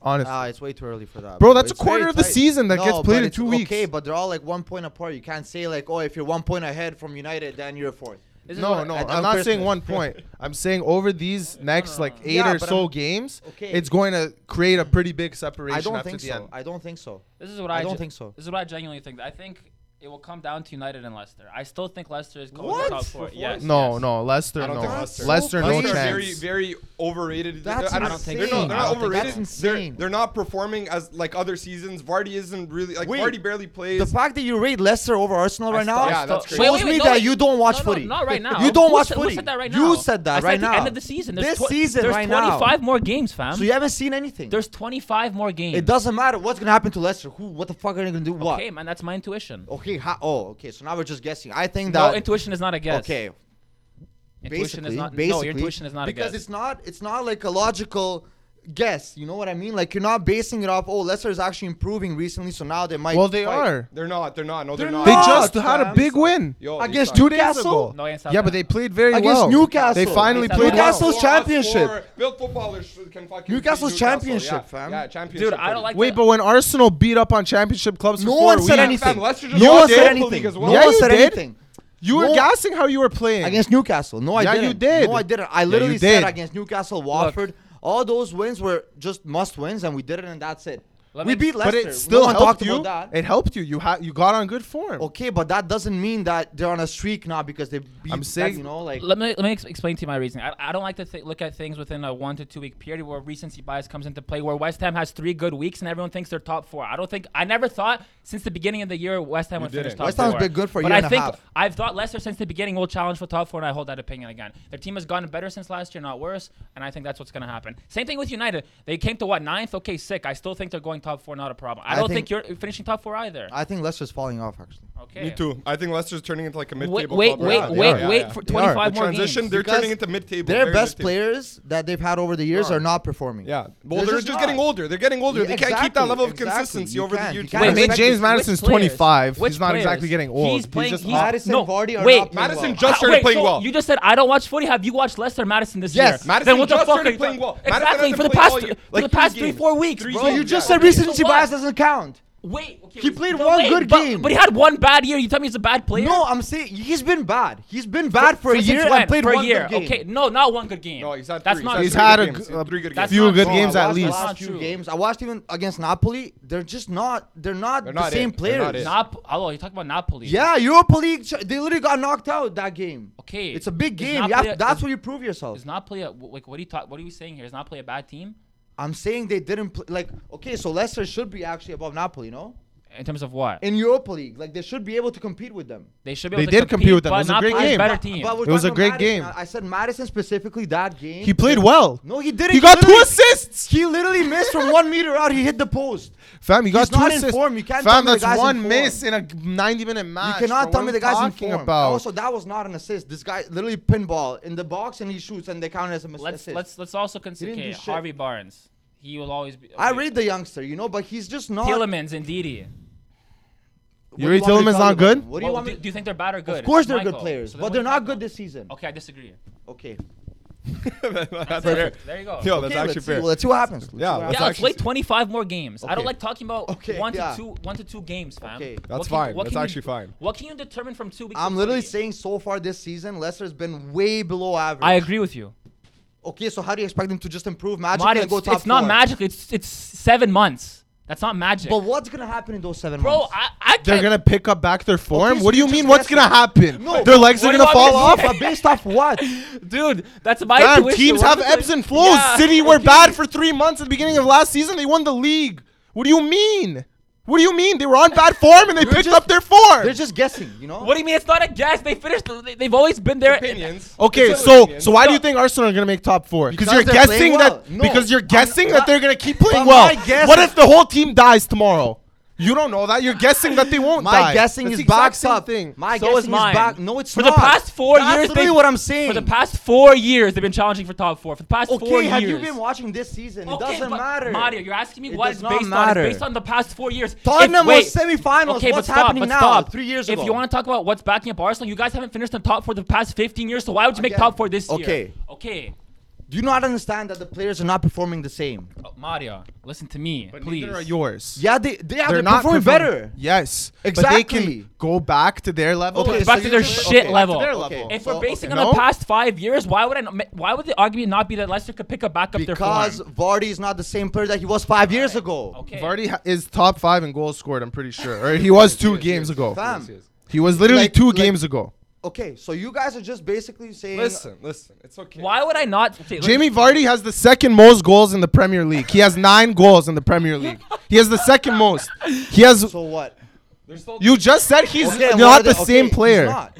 Speaker 4: Honestly,
Speaker 1: Ah, it's way too early for that.
Speaker 4: Bro, that's a
Speaker 1: It's very
Speaker 4: quarter of the
Speaker 1: tight.
Speaker 4: season that
Speaker 1: No,
Speaker 4: gets played
Speaker 1: but
Speaker 4: in
Speaker 1: it's
Speaker 4: two weeks.
Speaker 1: Okay, but they're all like one point apart. You can't say like, oh, if you're one point ahead from United, then you're fourth.
Speaker 3: This is
Speaker 4: no,
Speaker 3: what I-
Speaker 4: no,
Speaker 1: I-
Speaker 4: I'm
Speaker 1: on
Speaker 4: not saying
Speaker 1: Christmas.
Speaker 4: one point. I'm saying over these next like eight
Speaker 1: Yeah,
Speaker 4: or
Speaker 1: but
Speaker 4: so
Speaker 1: I'm-
Speaker 4: games,
Speaker 1: Okay.
Speaker 4: it's going to create a pretty big separation
Speaker 1: I don't
Speaker 4: after
Speaker 1: think
Speaker 4: the
Speaker 1: so.
Speaker 4: end.
Speaker 1: I don't think so.
Speaker 3: This is what I,
Speaker 1: I don't
Speaker 3: ge-
Speaker 1: think so.
Speaker 3: This is what I genuinely think. I think it will come down to United and Leicester. I still think Leicester is going
Speaker 1: What?
Speaker 3: to top
Speaker 1: For
Speaker 3: four.
Speaker 2: fourth?
Speaker 3: Yes.
Speaker 4: No,
Speaker 3: yes.
Speaker 4: no, Leicester,
Speaker 2: I don't
Speaker 4: no,
Speaker 2: think
Speaker 4: Leicester,
Speaker 2: Leicester.
Speaker 4: no
Speaker 1: Leicester
Speaker 4: chance.
Speaker 1: is
Speaker 2: Very, very overrated.
Speaker 1: That's
Speaker 2: I don't,
Speaker 1: insane.
Speaker 2: They're not, they're
Speaker 3: I
Speaker 2: not
Speaker 3: don't think
Speaker 2: overrated.
Speaker 1: that's
Speaker 2: They're-
Speaker 1: insane.
Speaker 2: They're, not performing as like other seasons. Vardy isn't really like
Speaker 1: Wait.
Speaker 2: Vardy barely plays.
Speaker 1: The fact that you rate Leicester over Arsenal right now
Speaker 2: still- Yeah, that's
Speaker 1: shows
Speaker 2: crazy.
Speaker 3: Wait, wait,
Speaker 1: me
Speaker 3: wait, no,
Speaker 1: that
Speaker 3: wait.
Speaker 1: you don't watch
Speaker 3: no,
Speaker 1: footy.
Speaker 3: No, not right now.
Speaker 1: You don't
Speaker 3: Who
Speaker 1: watch
Speaker 3: said-
Speaker 1: footy.
Speaker 3: Who said that right now?
Speaker 1: You said that
Speaker 3: I said
Speaker 1: right
Speaker 3: at
Speaker 1: now.
Speaker 3: the end of the season. There's
Speaker 1: This
Speaker 3: tw-
Speaker 1: season
Speaker 3: there's
Speaker 1: right now.
Speaker 3: 25 more games, fam.
Speaker 1: So you haven't seen anything.
Speaker 3: there's 25 more games.
Speaker 1: it doesn't matter what's gonna happen to Leicester. Who? What the fuck are they gonna do? What?
Speaker 3: Okay, man, that's my intuition.
Speaker 1: Okay. ha- oh, okay. So now we're just guessing. I think
Speaker 3: No,
Speaker 1: that.
Speaker 3: intuition is not a guess.
Speaker 1: Okay.
Speaker 3: Intuition is
Speaker 1: Basically-
Speaker 3: not. No, your
Speaker 1: basically,
Speaker 3: intuition is not a
Speaker 1: because
Speaker 3: guess.
Speaker 1: it's not. It's not like a logical guess. You know what I mean? Like you're not basing it off. Oh, Leicester is actually improving recently, so now they might.
Speaker 4: Well, they
Speaker 1: fight."
Speaker 4: are.
Speaker 2: They're not. They're not. No, they're,
Speaker 1: They're
Speaker 2: not.
Speaker 4: They
Speaker 1: not.
Speaker 4: just had a
Speaker 1: fam.
Speaker 4: big win
Speaker 2: Yo, they
Speaker 1: against
Speaker 2: suck.
Speaker 4: two days
Speaker 1: Newcastle?
Speaker 4: ago.
Speaker 3: No, against
Speaker 4: yeah, but
Speaker 3: Southampton.
Speaker 4: they played very
Speaker 1: Against
Speaker 4: well.
Speaker 1: Newcastle.
Speaker 4: They finally
Speaker 3: Against
Speaker 4: played well.
Speaker 1: Newcastle's
Speaker 2: Four out of
Speaker 1: championship.
Speaker 2: four. Built footballers can fucking.
Speaker 1: Newcastle's
Speaker 2: beat Newcastle.
Speaker 1: championship,
Speaker 2: yeah,
Speaker 1: fam.
Speaker 2: Yeah, championship.
Speaker 3: Dude, I don't like.
Speaker 4: Wait,
Speaker 3: that-
Speaker 4: but when Arsenal beat up on championship clubs,
Speaker 1: No
Speaker 4: for
Speaker 1: one
Speaker 4: four
Speaker 1: said
Speaker 4: weeks-
Speaker 1: anything.
Speaker 2: fam, Leicester just
Speaker 1: no
Speaker 2: lost
Speaker 1: one
Speaker 2: the
Speaker 1: said
Speaker 2: Europa
Speaker 1: anything.
Speaker 2: League as
Speaker 1: No
Speaker 2: well.
Speaker 4: Yeah,
Speaker 1: one
Speaker 4: you
Speaker 1: said
Speaker 4: did.
Speaker 1: anything
Speaker 4: You were
Speaker 1: No.
Speaker 4: gassing how you were playing
Speaker 1: against Newcastle. No, I
Speaker 4: Yeah, you
Speaker 1: didn't.
Speaker 4: did.
Speaker 1: No, I didn't. I literally
Speaker 4: you
Speaker 1: said
Speaker 4: did.
Speaker 1: against Newcastle, Watford. all those wins were just must wins, and we did it, and that's it.
Speaker 3: Let
Speaker 1: we
Speaker 3: me-
Speaker 1: beat
Speaker 4: but
Speaker 1: Leicester.
Speaker 4: it still
Speaker 1: no one
Speaker 4: helped
Speaker 1: talked
Speaker 4: you.
Speaker 1: about that.
Speaker 4: It helped you. You had you got on good form.
Speaker 1: Okay, but that doesn't mean that they're on a streak now because they beat.
Speaker 4: I'm
Speaker 1: that,
Speaker 4: saying-
Speaker 1: you know, like
Speaker 3: Let me let me ex- explain to you my reasoning. I, I don't like to th- look at things within a one to two week period where recency bias comes into play. Where West Ham has three good weeks and everyone thinks they're top four. I don't think I never thought since the beginning of the year West Ham would finish
Speaker 2: didn't.
Speaker 3: top
Speaker 1: West
Speaker 3: four.
Speaker 1: Ham's been good for a
Speaker 3: but
Speaker 1: year
Speaker 3: I
Speaker 1: and a
Speaker 3: think
Speaker 1: half.
Speaker 3: I've thought Leicester since the beginning will challenge for top four, and I hold that opinion again. Their team has gotten better since last year, not worse, and I think that's what's going to happen. Same thing with United. They came to what ninth? Okay, sick. I still think they're going top four, not a problem. I,
Speaker 1: I
Speaker 3: don't think,
Speaker 1: think-
Speaker 3: you're finishing top four either.
Speaker 1: I think Leicester's falling off actually.
Speaker 3: okay.
Speaker 2: Me too. I think Leicester's turning into like a
Speaker 3: Wait,
Speaker 2: mid-table
Speaker 3: wait,
Speaker 2: club.
Speaker 3: wait,
Speaker 2: Yeah, they
Speaker 3: wait,
Speaker 2: are. Yeah,
Speaker 3: wait
Speaker 2: yeah.
Speaker 3: for
Speaker 4: They are.
Speaker 3: 25
Speaker 2: The
Speaker 3: more
Speaker 2: transition.
Speaker 3: games.
Speaker 2: They're
Speaker 1: Because
Speaker 2: turning into mid-table.
Speaker 1: Their
Speaker 2: They're
Speaker 1: best
Speaker 2: mid-table.
Speaker 1: players that they've had over the years are not performing.
Speaker 2: Yeah. Well,
Speaker 1: They're
Speaker 2: they're,
Speaker 1: just
Speaker 2: just getting
Speaker 1: not.
Speaker 2: older. They're getting older.
Speaker 1: Yeah,
Speaker 2: they can't keep that
Speaker 1: exactly,
Speaker 2: level of
Speaker 1: exactly.
Speaker 2: consistency
Speaker 1: You
Speaker 2: over
Speaker 1: can't.
Speaker 2: the
Speaker 1: You
Speaker 2: years.
Speaker 1: can't
Speaker 4: I mean,
Speaker 1: expect
Speaker 4: James
Speaker 1: this-
Speaker 4: Madison's
Speaker 3: which players?
Speaker 4: 25.
Speaker 3: Which
Speaker 4: he's not
Speaker 3: players?
Speaker 4: exactly getting old.
Speaker 3: He's playing.
Speaker 4: just
Speaker 3: he's,
Speaker 4: up.
Speaker 1: Madison,
Speaker 3: no,
Speaker 1: Vardy are
Speaker 3: wait,
Speaker 1: not playing
Speaker 2: Madison
Speaker 1: well.
Speaker 2: just
Speaker 3: Ah,
Speaker 2: started
Speaker 3: wait,
Speaker 2: playing
Speaker 3: so
Speaker 2: well.
Speaker 3: You just said I don't watch footy. Have you watched Leicester Madison this
Speaker 1: Yes,
Speaker 3: year?
Speaker 2: Madison
Speaker 3: then what the
Speaker 2: just
Speaker 3: fuck
Speaker 2: started
Speaker 3: are you
Speaker 2: playing well.
Speaker 3: talking-
Speaker 2: Madison
Speaker 3: Exactly
Speaker 2: hasn't
Speaker 3: for the
Speaker 2: played all
Speaker 3: past
Speaker 2: year.
Speaker 3: for
Speaker 2: Like
Speaker 3: the
Speaker 2: three
Speaker 3: past three
Speaker 2: games.
Speaker 3: four weeks,
Speaker 2: Three
Speaker 3: bro.
Speaker 1: Bro,
Speaker 2: games.
Speaker 1: you just
Speaker 2: Yeah,
Speaker 1: said
Speaker 2: okay,
Speaker 3: so
Speaker 1: recency
Speaker 3: what?
Speaker 1: bias doesn't count.
Speaker 3: Wait, okay,
Speaker 1: He
Speaker 3: wait,
Speaker 1: played
Speaker 3: no,
Speaker 1: one
Speaker 3: wait,
Speaker 1: good
Speaker 3: but-
Speaker 1: game.
Speaker 3: but he had one bad year. You tell me he's a bad player?
Speaker 1: No, I'm saying he's been bad. He's been bad for, a
Speaker 3: Since
Speaker 1: year
Speaker 3: when?
Speaker 1: and played
Speaker 3: for
Speaker 1: one
Speaker 3: a year.
Speaker 1: good game.
Speaker 3: Okay, no, not one good game.
Speaker 2: No, he's had
Speaker 3: That's
Speaker 2: three.
Speaker 3: not
Speaker 4: He's
Speaker 3: true.
Speaker 2: three
Speaker 4: had
Speaker 2: good
Speaker 4: a
Speaker 2: games.
Speaker 4: g- a
Speaker 2: three good games.
Speaker 3: That's
Speaker 4: few
Speaker 3: not
Speaker 4: good
Speaker 3: true.
Speaker 4: games
Speaker 1: I
Speaker 4: at
Speaker 1: watched the
Speaker 4: least.
Speaker 1: last
Speaker 3: Not
Speaker 1: few
Speaker 3: true.
Speaker 1: games. I watched even against Napoli. They're just not. They're not
Speaker 2: They're
Speaker 1: the
Speaker 2: not
Speaker 1: same
Speaker 2: it. They're not
Speaker 1: players.
Speaker 2: it.
Speaker 3: Nap- oh, you talking about Napoli?
Speaker 1: yeah, Europa League. ch- They literally got knocked out that game.
Speaker 3: Okay.
Speaker 1: It's a big
Speaker 3: Is
Speaker 1: game. You
Speaker 3: Napoli
Speaker 1: have-
Speaker 3: a-
Speaker 1: that's
Speaker 3: is-
Speaker 1: where you prove yourself.
Speaker 3: Is Napoli a, like what are you talk? What are you saying here? Is Napoli a bad team
Speaker 1: I'm saying they didn't play. Like, okay, so Leicester should be actually above Napoli, no?
Speaker 3: in terms of what?
Speaker 1: In Europa League, like they should be able to compete with them.
Speaker 3: They should be.
Speaker 4: They
Speaker 3: Able
Speaker 4: did
Speaker 3: to compete,
Speaker 4: compete with them. It
Speaker 3: but
Speaker 4: was a great
Speaker 3: Napoli's
Speaker 4: game.
Speaker 3: Better team.
Speaker 1: But we're
Speaker 4: It was
Speaker 1: talking
Speaker 4: a great
Speaker 1: about Madison.
Speaker 4: game.
Speaker 1: I I said Madison specifically that game.
Speaker 4: He played well.
Speaker 1: No, he didn't.
Speaker 4: He got two
Speaker 1: literally-
Speaker 4: assists.
Speaker 1: He literally missed from one meter out. He hit the post.
Speaker 4: Fam, he got
Speaker 1: He's
Speaker 4: two
Speaker 1: not in
Speaker 4: assists.
Speaker 1: form. You can't tell
Speaker 4: Fam,
Speaker 1: me the
Speaker 4: that's
Speaker 1: guy's in
Speaker 4: one
Speaker 1: form.
Speaker 4: miss in a 90-minute match. bro.
Speaker 1: you cannot tell
Speaker 4: Ah, What
Speaker 1: me
Speaker 4: are
Speaker 1: the
Speaker 4: we
Speaker 1: guy's in
Speaker 4: talking
Speaker 1: form.
Speaker 4: About?
Speaker 1: Also, that was not an assist. This guy literally pinball in the box and he shoots and they count it as a miss-
Speaker 3: let's
Speaker 1: assist.
Speaker 3: let's let's also consider
Speaker 1: didn't do
Speaker 3: okay,
Speaker 1: shit.
Speaker 3: Harvey Barnes. He will always be.
Speaker 1: I
Speaker 3: okay.
Speaker 1: read the youngster, you know, but he's just not.
Speaker 3: Tielemans and Didi.
Speaker 1: What do
Speaker 4: Yuri
Speaker 1: want me to
Speaker 4: Tillman's not
Speaker 1: tell you about
Speaker 4: good?
Speaker 1: him? What do you
Speaker 3: Well,
Speaker 1: want
Speaker 3: do,
Speaker 1: me?
Speaker 3: do you think they're bad or good?
Speaker 1: Of course
Speaker 3: It's
Speaker 1: they're good
Speaker 3: Michael.
Speaker 1: players,
Speaker 3: So then
Speaker 1: but
Speaker 3: what
Speaker 1: they're
Speaker 3: do you
Speaker 1: not
Speaker 3: talk
Speaker 1: good
Speaker 3: about?
Speaker 1: this season.
Speaker 3: Okay, I disagree.
Speaker 1: Okay.
Speaker 2: That's fair.
Speaker 3: Perfect. There you go.
Speaker 2: Yo,
Speaker 1: Okay,
Speaker 2: that's
Speaker 1: let's
Speaker 2: actually
Speaker 1: see.
Speaker 2: fair.
Speaker 1: Well, let's see what happens.
Speaker 2: Yeah,
Speaker 1: Let's see what
Speaker 2: let's
Speaker 3: yeah,
Speaker 1: happens.
Speaker 3: let's play 25 more games. I don't
Speaker 1: Okay.
Speaker 3: like talking about
Speaker 1: Okay,
Speaker 3: one
Speaker 1: yeah.
Speaker 3: to two, one to two games, fam.
Speaker 1: Okay.
Speaker 2: That's
Speaker 3: What can-
Speaker 2: fine.
Speaker 3: what
Speaker 2: That's
Speaker 3: can you-
Speaker 2: actually fine.
Speaker 3: What can you determine from two weeks?
Speaker 1: I'm
Speaker 3: of
Speaker 1: literally
Speaker 3: play?
Speaker 1: saying so far this season, Leicester's been way below average.
Speaker 3: I agree with you.
Speaker 1: Okay, so how do you expect them to just improve magically
Speaker 3: Mario,
Speaker 1: and go
Speaker 3: it's,
Speaker 1: top
Speaker 3: it's not
Speaker 1: four?
Speaker 3: magic. It's it's seven months. That's not magic.
Speaker 1: But what's gonna happen in those seven
Speaker 3: Bro,
Speaker 1: months?
Speaker 3: I, I can't.
Speaker 4: They're going to pick up back their form?
Speaker 1: so
Speaker 4: what do
Speaker 1: you
Speaker 4: you mean
Speaker 1: just
Speaker 4: what's
Speaker 1: guessed
Speaker 4: going to happen?
Speaker 1: No,
Speaker 4: their legs are
Speaker 3: what
Speaker 4: going to
Speaker 3: do you
Speaker 4: fall
Speaker 3: want
Speaker 4: off?
Speaker 3: me
Speaker 1: But based off what?
Speaker 3: dude, that's my
Speaker 4: Fam,
Speaker 3: intuition.
Speaker 4: teams
Speaker 3: What
Speaker 4: have
Speaker 3: is it?
Speaker 4: ebbs and flows.
Speaker 3: Yeah.
Speaker 4: City were bad for three months at the beginning of last season. They won the league. What do you mean? What do you mean? They were on bad form and they picked up their
Speaker 1: They're
Speaker 4: form.
Speaker 1: just guessing, you know.
Speaker 3: What do you mean? It's not a guess. They finished. They, they've always been there.
Speaker 2: Opinions.
Speaker 4: Okay,
Speaker 2: It's
Speaker 4: so
Speaker 2: opinions.
Speaker 4: so why do you think Arsenal are gonna make top four? Because
Speaker 1: Because
Speaker 4: you're
Speaker 1: they're
Speaker 4: guessing
Speaker 1: playing well.
Speaker 4: that
Speaker 1: No,
Speaker 4: because you're
Speaker 1: I'm-
Speaker 4: guessing that
Speaker 1: but-
Speaker 4: they're gonna keep playing
Speaker 1: but
Speaker 4: well.
Speaker 1: my guess
Speaker 4: What
Speaker 1: is-
Speaker 4: if the whole team dies tomorrow? You don't know that. You're guessing that they won't
Speaker 1: My
Speaker 4: die.
Speaker 1: guessing
Speaker 4: That's
Speaker 1: is
Speaker 4: the exact
Speaker 1: backed
Speaker 4: same
Speaker 1: up.
Speaker 4: Thing.
Speaker 1: My
Speaker 3: So is
Speaker 1: guessing is,
Speaker 3: mine.
Speaker 1: back. No, it's
Speaker 3: For the
Speaker 1: not.
Speaker 3: past four
Speaker 1: That's
Speaker 3: years,
Speaker 1: literally
Speaker 3: they've-
Speaker 1: what I'm saying.
Speaker 3: For the past four years, they've been challenging for top four. For the past
Speaker 1: okay,
Speaker 3: four years.
Speaker 1: have you been watching this season?
Speaker 3: Okay,
Speaker 1: it doesn't
Speaker 3: but
Speaker 1: matter.
Speaker 3: Mario, you're asking me
Speaker 1: It
Speaker 3: what
Speaker 1: does
Speaker 3: it's
Speaker 1: not
Speaker 3: based on.
Speaker 1: matter.
Speaker 3: It's based on the past four years.
Speaker 1: Tottenham
Speaker 3: If- wait,
Speaker 1: was semifinals.
Speaker 3: Okay,
Speaker 1: What's
Speaker 3: but stop,
Speaker 1: happening
Speaker 3: but
Speaker 1: now?
Speaker 3: Stop.
Speaker 1: Three years
Speaker 3: If
Speaker 1: ago.
Speaker 3: you want to talk about what's backing up Arsenal, you guys haven't finished in top four the past 15 years. So why would you make
Speaker 1: Again,
Speaker 3: top four this year?
Speaker 1: okay.
Speaker 3: Okay.
Speaker 1: Do you not understand that the players are not performing the same?
Speaker 3: Oh, Mario, listen to me,
Speaker 4: But
Speaker 3: please.
Speaker 4: neither are yours.
Speaker 1: Yeah, they they
Speaker 4: they're,
Speaker 1: are they're
Speaker 4: not
Speaker 1: performing
Speaker 4: performing-
Speaker 1: better.
Speaker 4: Yes, But they
Speaker 1: Exactly.
Speaker 4: can go back to their level.
Speaker 1: Okay,
Speaker 3: back to their
Speaker 1: you're-
Speaker 3: shit
Speaker 1: okay,
Speaker 3: level.
Speaker 4: their level.
Speaker 1: Oh, Okay,
Speaker 3: If
Speaker 1: so-
Speaker 3: we're basing
Speaker 4: okay.
Speaker 3: on
Speaker 4: No?
Speaker 3: the past five years, why would I? Not, why would the argument not be that Leicester could pick up back up
Speaker 1: Because
Speaker 3: their form?
Speaker 1: Vardy is not the same player that he was five years ago.
Speaker 3: Okay.
Speaker 4: Vardy ha- is top five in goals scored. I'm pretty sure. Or he was two games ago.
Speaker 1: Fam.
Speaker 4: He was literally
Speaker 1: Like-
Speaker 4: two
Speaker 1: like-
Speaker 4: games ago.
Speaker 1: Okay, so you guys are just basically saying.
Speaker 2: Listen, listen. It's okay.
Speaker 3: Why would I not? Okay, let
Speaker 4: Jamie
Speaker 3: me-
Speaker 4: Vardy has the second most goals in the Premier League. He has nine goals in the Premier League. He has the second most. He has.
Speaker 1: So what?
Speaker 2: There's still
Speaker 4: You just said he's
Speaker 1: Okay, and what
Speaker 4: not
Speaker 1: are
Speaker 4: the
Speaker 1: okay,
Speaker 4: same
Speaker 1: he's
Speaker 4: player,
Speaker 1: not.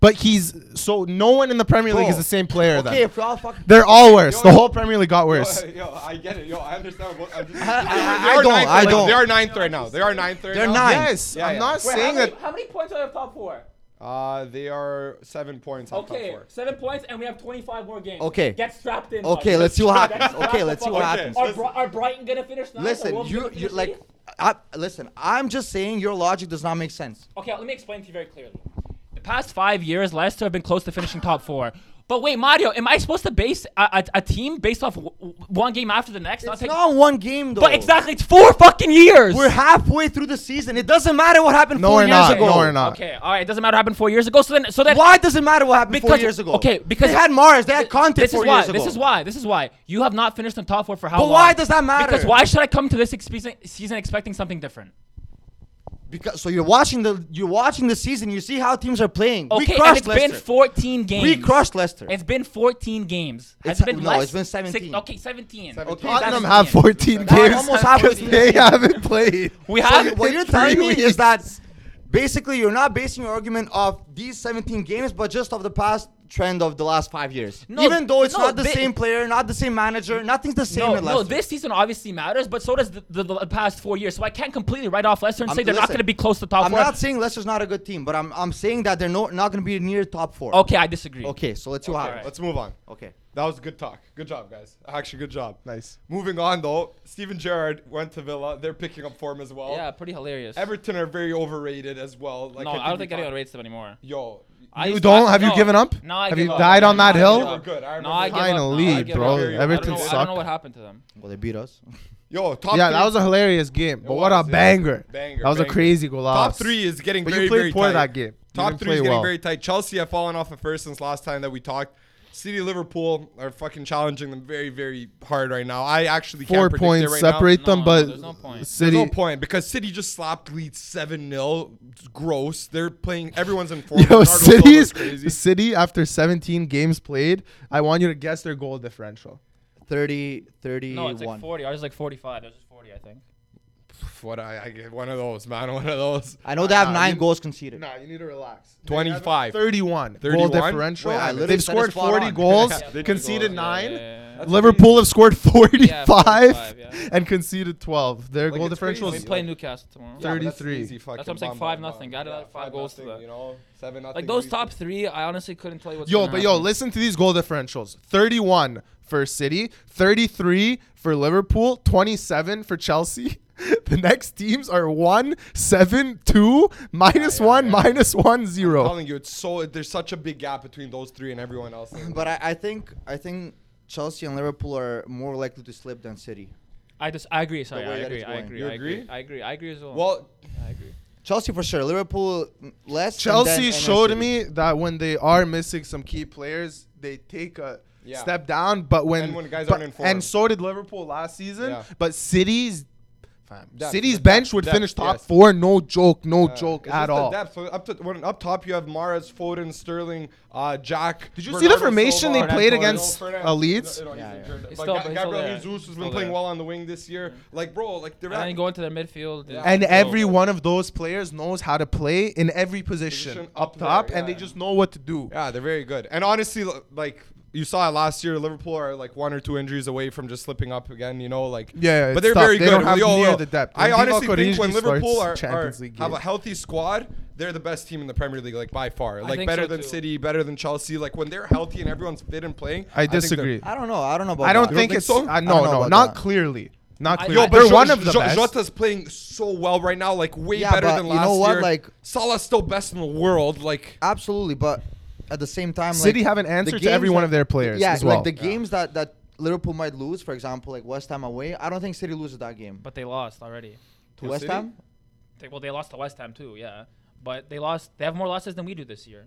Speaker 4: but he's so no one in the Premier League is
Speaker 1: Bro,
Speaker 4: the same player.
Speaker 1: Okay,
Speaker 4: then.
Speaker 1: if we all fucking.
Speaker 4: they're all worse.
Speaker 2: Yo,
Speaker 4: the
Speaker 2: yo.
Speaker 4: whole Premier League got worse.
Speaker 2: Yo, yo, I get it. Yo, I understand. What, I'm just,
Speaker 1: I- I
Speaker 2: They are
Speaker 1: don't,
Speaker 2: ninth
Speaker 1: I
Speaker 2: right now.
Speaker 1: don't.
Speaker 2: They are ninth right now. They are ninth right
Speaker 1: They're
Speaker 2: now.
Speaker 1: ninth.
Speaker 4: Yes,
Speaker 2: Yeah,
Speaker 4: I'm
Speaker 2: yeah.
Speaker 4: not
Speaker 3: Wait, how
Speaker 4: saying
Speaker 3: many-
Speaker 4: that.
Speaker 3: How many points are they top four?
Speaker 2: Uh, they are seven points. on top
Speaker 3: Okay,
Speaker 2: four.
Speaker 3: seven points, and we have 25 more games.
Speaker 1: Okay.
Speaker 3: Get strapped in.
Speaker 1: Okay,
Speaker 3: bud.
Speaker 1: let's see what
Speaker 3: Get
Speaker 1: happens.
Speaker 3: strapped
Speaker 1: Okay,
Speaker 3: the
Speaker 1: let's see
Speaker 3: fuck
Speaker 1: what
Speaker 3: in.
Speaker 1: happens.
Speaker 3: Are, Bri- are Brighton gonna finish ninth? Are
Speaker 1: Listen,
Speaker 3: Wolves
Speaker 1: you
Speaker 3: gonna
Speaker 1: you
Speaker 3: finish
Speaker 1: like.
Speaker 3: eighth?
Speaker 1: I, listen, I'm just saying your logic does not make sense.
Speaker 3: Okay, let me explain to you very clearly. The past five years, Leicester have been close to finishing top four. But wait, Mario, am I supposed to base a, a, a team based off w- w- one game after the next? I'll
Speaker 1: It's
Speaker 3: take-
Speaker 1: not one game though.
Speaker 3: But exactly, it's four fucking years.
Speaker 1: We're halfway through the season. It doesn't matter what happened
Speaker 4: No,
Speaker 1: four
Speaker 4: we're
Speaker 1: years
Speaker 4: not.
Speaker 1: ago.
Speaker 4: No, we're not.
Speaker 3: Okay, all right. It doesn't matter. What happened four years ago. So then, so then,
Speaker 1: Why does it matter what happened four
Speaker 3: Because-
Speaker 1: years ago?
Speaker 3: okay, because-
Speaker 1: they had Mars, they had Conte
Speaker 3: This
Speaker 1: four
Speaker 3: is why.
Speaker 1: years ago.
Speaker 3: This is why. This is why you have not finished in top four for how
Speaker 1: But
Speaker 3: long?
Speaker 1: why does that matter?
Speaker 3: Because why should I come to this expe- season expecting something different?
Speaker 1: Because so you're watching the you're watching the season. You see how teams are playing.
Speaker 3: Okay,
Speaker 1: we
Speaker 3: and it's
Speaker 1: crushed Leicester.
Speaker 3: been 14 games.
Speaker 1: we crushed Leicester.
Speaker 3: It's been 14 games. Has
Speaker 1: It's-
Speaker 3: it been
Speaker 1: no,
Speaker 3: less?
Speaker 1: it's been 17.
Speaker 3: Six, okay, 17.
Speaker 1: Okay,
Speaker 4: Tottenham
Speaker 1: that's-
Speaker 4: have 14
Speaker 1: That's
Speaker 4: games.
Speaker 1: almost halfway through the
Speaker 4: They
Speaker 1: season.
Speaker 4: haven't played.
Speaker 3: We
Speaker 1: So
Speaker 3: have.
Speaker 1: you- what you're
Speaker 4: Three
Speaker 1: telling me
Speaker 4: weeks.
Speaker 1: is that basically you're not basing your argument off these 17 games, but just of the past trend of the last five years.
Speaker 3: No,
Speaker 1: Even though it's
Speaker 3: no,
Speaker 1: not the
Speaker 3: they-
Speaker 1: same player, not the same manager, nothing's the same
Speaker 3: no,
Speaker 1: in
Speaker 3: no,
Speaker 1: Leicester.
Speaker 3: this season obviously matters, but so does the, the, the past four years. So I can't completely write off Leicester and
Speaker 1: I'm-
Speaker 3: say they're not
Speaker 1: listen,
Speaker 3: going to be close to top
Speaker 1: I'm
Speaker 3: four.
Speaker 1: not saying Leicester's not a good team, but I'm I'm saying that they're no, not going to be near top four.
Speaker 3: okay, I disagree.
Speaker 1: Okay, so let's see what
Speaker 3: Okay.
Speaker 1: happens.
Speaker 2: Let's move on.
Speaker 1: Okay.
Speaker 2: That was good talk. Good job, guys. Actually, good job.
Speaker 4: Nice.
Speaker 2: Moving on though, Steven Gerrard went to Villa. They're picking up form as well.
Speaker 3: Yeah, pretty hilarious.
Speaker 2: Everton are very overrated as well. Like,
Speaker 3: no, I don't think
Speaker 2: we
Speaker 3: anyone
Speaker 2: talked-
Speaker 3: rates them anymore.
Speaker 2: Yo,
Speaker 3: I
Speaker 4: You
Speaker 3: used
Speaker 4: don't?
Speaker 3: I-
Speaker 4: Have you
Speaker 3: no.
Speaker 4: given up?
Speaker 3: No, I
Speaker 4: Have
Speaker 3: give
Speaker 4: you
Speaker 3: up.
Speaker 4: died on
Speaker 3: No,
Speaker 4: that
Speaker 3: I
Speaker 4: hill?
Speaker 3: give
Speaker 2: they were
Speaker 3: up.
Speaker 2: good. I remember.
Speaker 3: No, I give up. No, I
Speaker 4: Finally,
Speaker 3: give
Speaker 4: bro.
Speaker 3: up. I don't know-
Speaker 4: Everton
Speaker 3: I don't know
Speaker 4: sucked.
Speaker 3: what happened to them.
Speaker 1: Well, they beat us.
Speaker 2: yo, top.
Speaker 4: yeah,
Speaker 2: three,
Speaker 4: that was a hilarious game. But what a
Speaker 2: was, yeah.
Speaker 4: banger.
Speaker 2: Banger,
Speaker 4: That was a
Speaker 2: banger.
Speaker 4: crazy goal.
Speaker 2: Top three is getting
Speaker 4: But
Speaker 2: very,
Speaker 4: you played
Speaker 2: very
Speaker 4: poor
Speaker 2: tight.
Speaker 4: that game. You
Speaker 2: Top
Speaker 4: didn't
Speaker 2: three
Speaker 4: play
Speaker 2: is getting
Speaker 4: well.
Speaker 2: very tight. Chelsea have fallen off at first since last time that we talked. City, Liverpool are fucking challenging them very, very hard right now. I actually
Speaker 4: Four
Speaker 2: can't predict
Speaker 4: points
Speaker 2: it right
Speaker 4: separate
Speaker 3: No,
Speaker 4: them,
Speaker 3: no,
Speaker 4: but
Speaker 3: there's no point.
Speaker 2: Now.
Speaker 4: City.
Speaker 2: There's no point because City just slapped Leeds seven 0 Gross. They're playing. Everyone's in form.
Speaker 4: Yo,
Speaker 2: Bernardo Silva's
Speaker 4: City's,
Speaker 2: crazy.
Speaker 4: City after 17 games played. I want you to guess their goal differential.
Speaker 1: 30, 31.
Speaker 3: No, it's like 40. Ours is like 45. Ours is 40, I think.
Speaker 2: What I, I get one of those, man. One of those.
Speaker 1: I know they have
Speaker 4: Nah,
Speaker 1: nine
Speaker 4: you-
Speaker 1: goals conceded.
Speaker 4: you need to relax.
Speaker 2: 25.
Speaker 4: 31. Goal
Speaker 2: 31?
Speaker 4: differential.
Speaker 1: Wait, I literally
Speaker 4: They've
Speaker 1: said it's
Speaker 4: scored
Speaker 1: spot
Speaker 4: 40
Speaker 1: on.
Speaker 4: goals,
Speaker 3: Yeah, they
Speaker 4: conceded
Speaker 3: Yeah,
Speaker 4: nine.
Speaker 3: yeah, yeah, yeah.
Speaker 4: Liverpool have scored 45,
Speaker 3: Yeah, 45, yeah.
Speaker 4: and conceded 12. Their
Speaker 2: Like,
Speaker 4: goal
Speaker 2: it's
Speaker 4: differential
Speaker 2: crazy.
Speaker 4: is
Speaker 3: We play Newcastle tomorrow.
Speaker 4: Yeah. 33.
Speaker 2: That's,
Speaker 3: That's what I'm saying, five nothing. Gotta add five goals to that.
Speaker 2: You know, seven nothing.
Speaker 3: Like those
Speaker 2: easy.
Speaker 3: top three, I honestly couldn't tell you what's
Speaker 4: Yo,
Speaker 3: gonna
Speaker 4: but yo,
Speaker 3: happen.
Speaker 4: listen to these goal differentials 31 for City, 33 for Liverpool, 27 for Chelsea. The next teams are 1, 7, 2, minus
Speaker 2: yeah,
Speaker 4: 1,
Speaker 2: yeah.
Speaker 4: minus 1, 0.
Speaker 2: I'm telling you, it's so there's such a big gap between those three and everyone else.
Speaker 1: But I, I think I think Chelsea and Liverpool are more likely to slip than City.
Speaker 3: I just, I agree. Sorry,
Speaker 1: way
Speaker 3: I
Speaker 1: that
Speaker 3: agree.
Speaker 1: it's
Speaker 3: I
Speaker 1: going.
Speaker 3: agree.
Speaker 2: You
Speaker 3: I agree.
Speaker 2: agree?
Speaker 3: I agree. I agree as well.
Speaker 2: well,
Speaker 3: I agree.
Speaker 1: Chelsea for sure. Liverpool mm, less. and then-
Speaker 4: Chelsea
Speaker 1: and then
Speaker 4: showed
Speaker 1: City.
Speaker 4: me that when they are missing some key players, they take a
Speaker 2: Yeah.
Speaker 4: step down. But when,
Speaker 2: And when guys
Speaker 4: but-
Speaker 2: aren't in form.
Speaker 4: and so did Liverpool last season.
Speaker 2: Yeah.
Speaker 4: But City's fam,
Speaker 2: Depth,
Speaker 4: City's
Speaker 2: the
Speaker 4: bench
Speaker 2: depth,
Speaker 4: would
Speaker 2: depth,
Speaker 4: finish top
Speaker 2: yes.
Speaker 4: four, no joke, no
Speaker 2: uh,
Speaker 4: joke
Speaker 2: it's
Speaker 4: at
Speaker 2: just the
Speaker 4: all.
Speaker 2: Depth. So up to when up top you have Mares, Foden, Sterling, uh, Jack.
Speaker 4: Did you see the formation they played
Speaker 2: Antonio,
Speaker 4: against,
Speaker 2: Fernandes.
Speaker 4: uh, Leeds?
Speaker 2: No, no, he's
Speaker 1: Yeah, yeah.
Speaker 2: injured.
Speaker 3: He's
Speaker 2: But
Speaker 3: still-
Speaker 2: Ga-
Speaker 3: but he's still
Speaker 2: Gabriel
Speaker 3: there.
Speaker 2: Jesus has been
Speaker 3: Still
Speaker 2: playing
Speaker 3: there. Mm-hmm.
Speaker 2: well on the wing this year. Like bro, like they're
Speaker 3: And then
Speaker 2: at
Speaker 3: you go into the midfield.
Speaker 2: Yeah.
Speaker 4: And
Speaker 3: so-
Speaker 4: every one of those players knows how to play in every position,
Speaker 2: Position
Speaker 4: up
Speaker 2: up there,
Speaker 4: top, and
Speaker 2: yeah.
Speaker 4: they just know what to do.
Speaker 2: Yeah, they're very good. And honestly, l- like you saw it last year, Liverpool are like one or two injuries away from just slipping up again. You know, like
Speaker 4: Yeah, yeah,
Speaker 2: but
Speaker 4: it's
Speaker 2: they're
Speaker 4: tough.
Speaker 2: very
Speaker 4: They
Speaker 2: good.
Speaker 4: don't have
Speaker 2: Yo,
Speaker 4: near
Speaker 2: yo,
Speaker 4: the depth.
Speaker 2: I
Speaker 4: When Divock
Speaker 2: honestly think when
Speaker 4: Origi
Speaker 2: Liverpool are,
Speaker 4: starts
Speaker 2: are
Speaker 4: Champions League
Speaker 2: have a
Speaker 4: games.
Speaker 2: healthy squad, they're the best team in the Premier League, like by far, like
Speaker 3: think
Speaker 2: better
Speaker 3: so
Speaker 2: than
Speaker 3: too.
Speaker 2: City, better than Chelsea. Like when they're healthy and everyone's fit and playing,
Speaker 4: I
Speaker 2: think they're-
Speaker 4: disagree.
Speaker 1: I don't know. I don't know about.
Speaker 4: I don't
Speaker 1: that.
Speaker 4: think
Speaker 2: think
Speaker 4: it's
Speaker 2: so?
Speaker 4: uh,
Speaker 1: I
Speaker 4: no,
Speaker 1: don't know
Speaker 4: no,
Speaker 1: about
Speaker 4: not
Speaker 1: that.
Speaker 4: clearly, not
Speaker 3: I-
Speaker 4: clearly.
Speaker 2: Yo,
Speaker 3: Like,
Speaker 2: but
Speaker 4: They're
Speaker 2: Jo-
Speaker 4: one of the
Speaker 2: Jo-
Speaker 4: best.
Speaker 2: Jota's playing so well right now, like way
Speaker 1: Yeah,
Speaker 2: better
Speaker 1: but
Speaker 2: than
Speaker 1: you
Speaker 2: last
Speaker 1: know what,
Speaker 2: year.
Speaker 1: like-
Speaker 2: Salah's still best in the world. Like
Speaker 1: Absolutely, but at the same time,
Speaker 4: City
Speaker 1: like,
Speaker 4: have an
Speaker 1: the
Speaker 4: answer to
Speaker 1: games
Speaker 4: every one
Speaker 1: that-
Speaker 4: of their players
Speaker 1: Yeah,
Speaker 4: as well.
Speaker 1: like the games that that Liverpool might lose, for example, like West Ham away. I don't think City loses that game.
Speaker 3: But they lost already.
Speaker 1: to
Speaker 2: To
Speaker 1: West
Speaker 2: City?
Speaker 1: Ham,
Speaker 3: They, well, they lost to West Ham too. Yeah, but they lost. They have more losses than we do this year.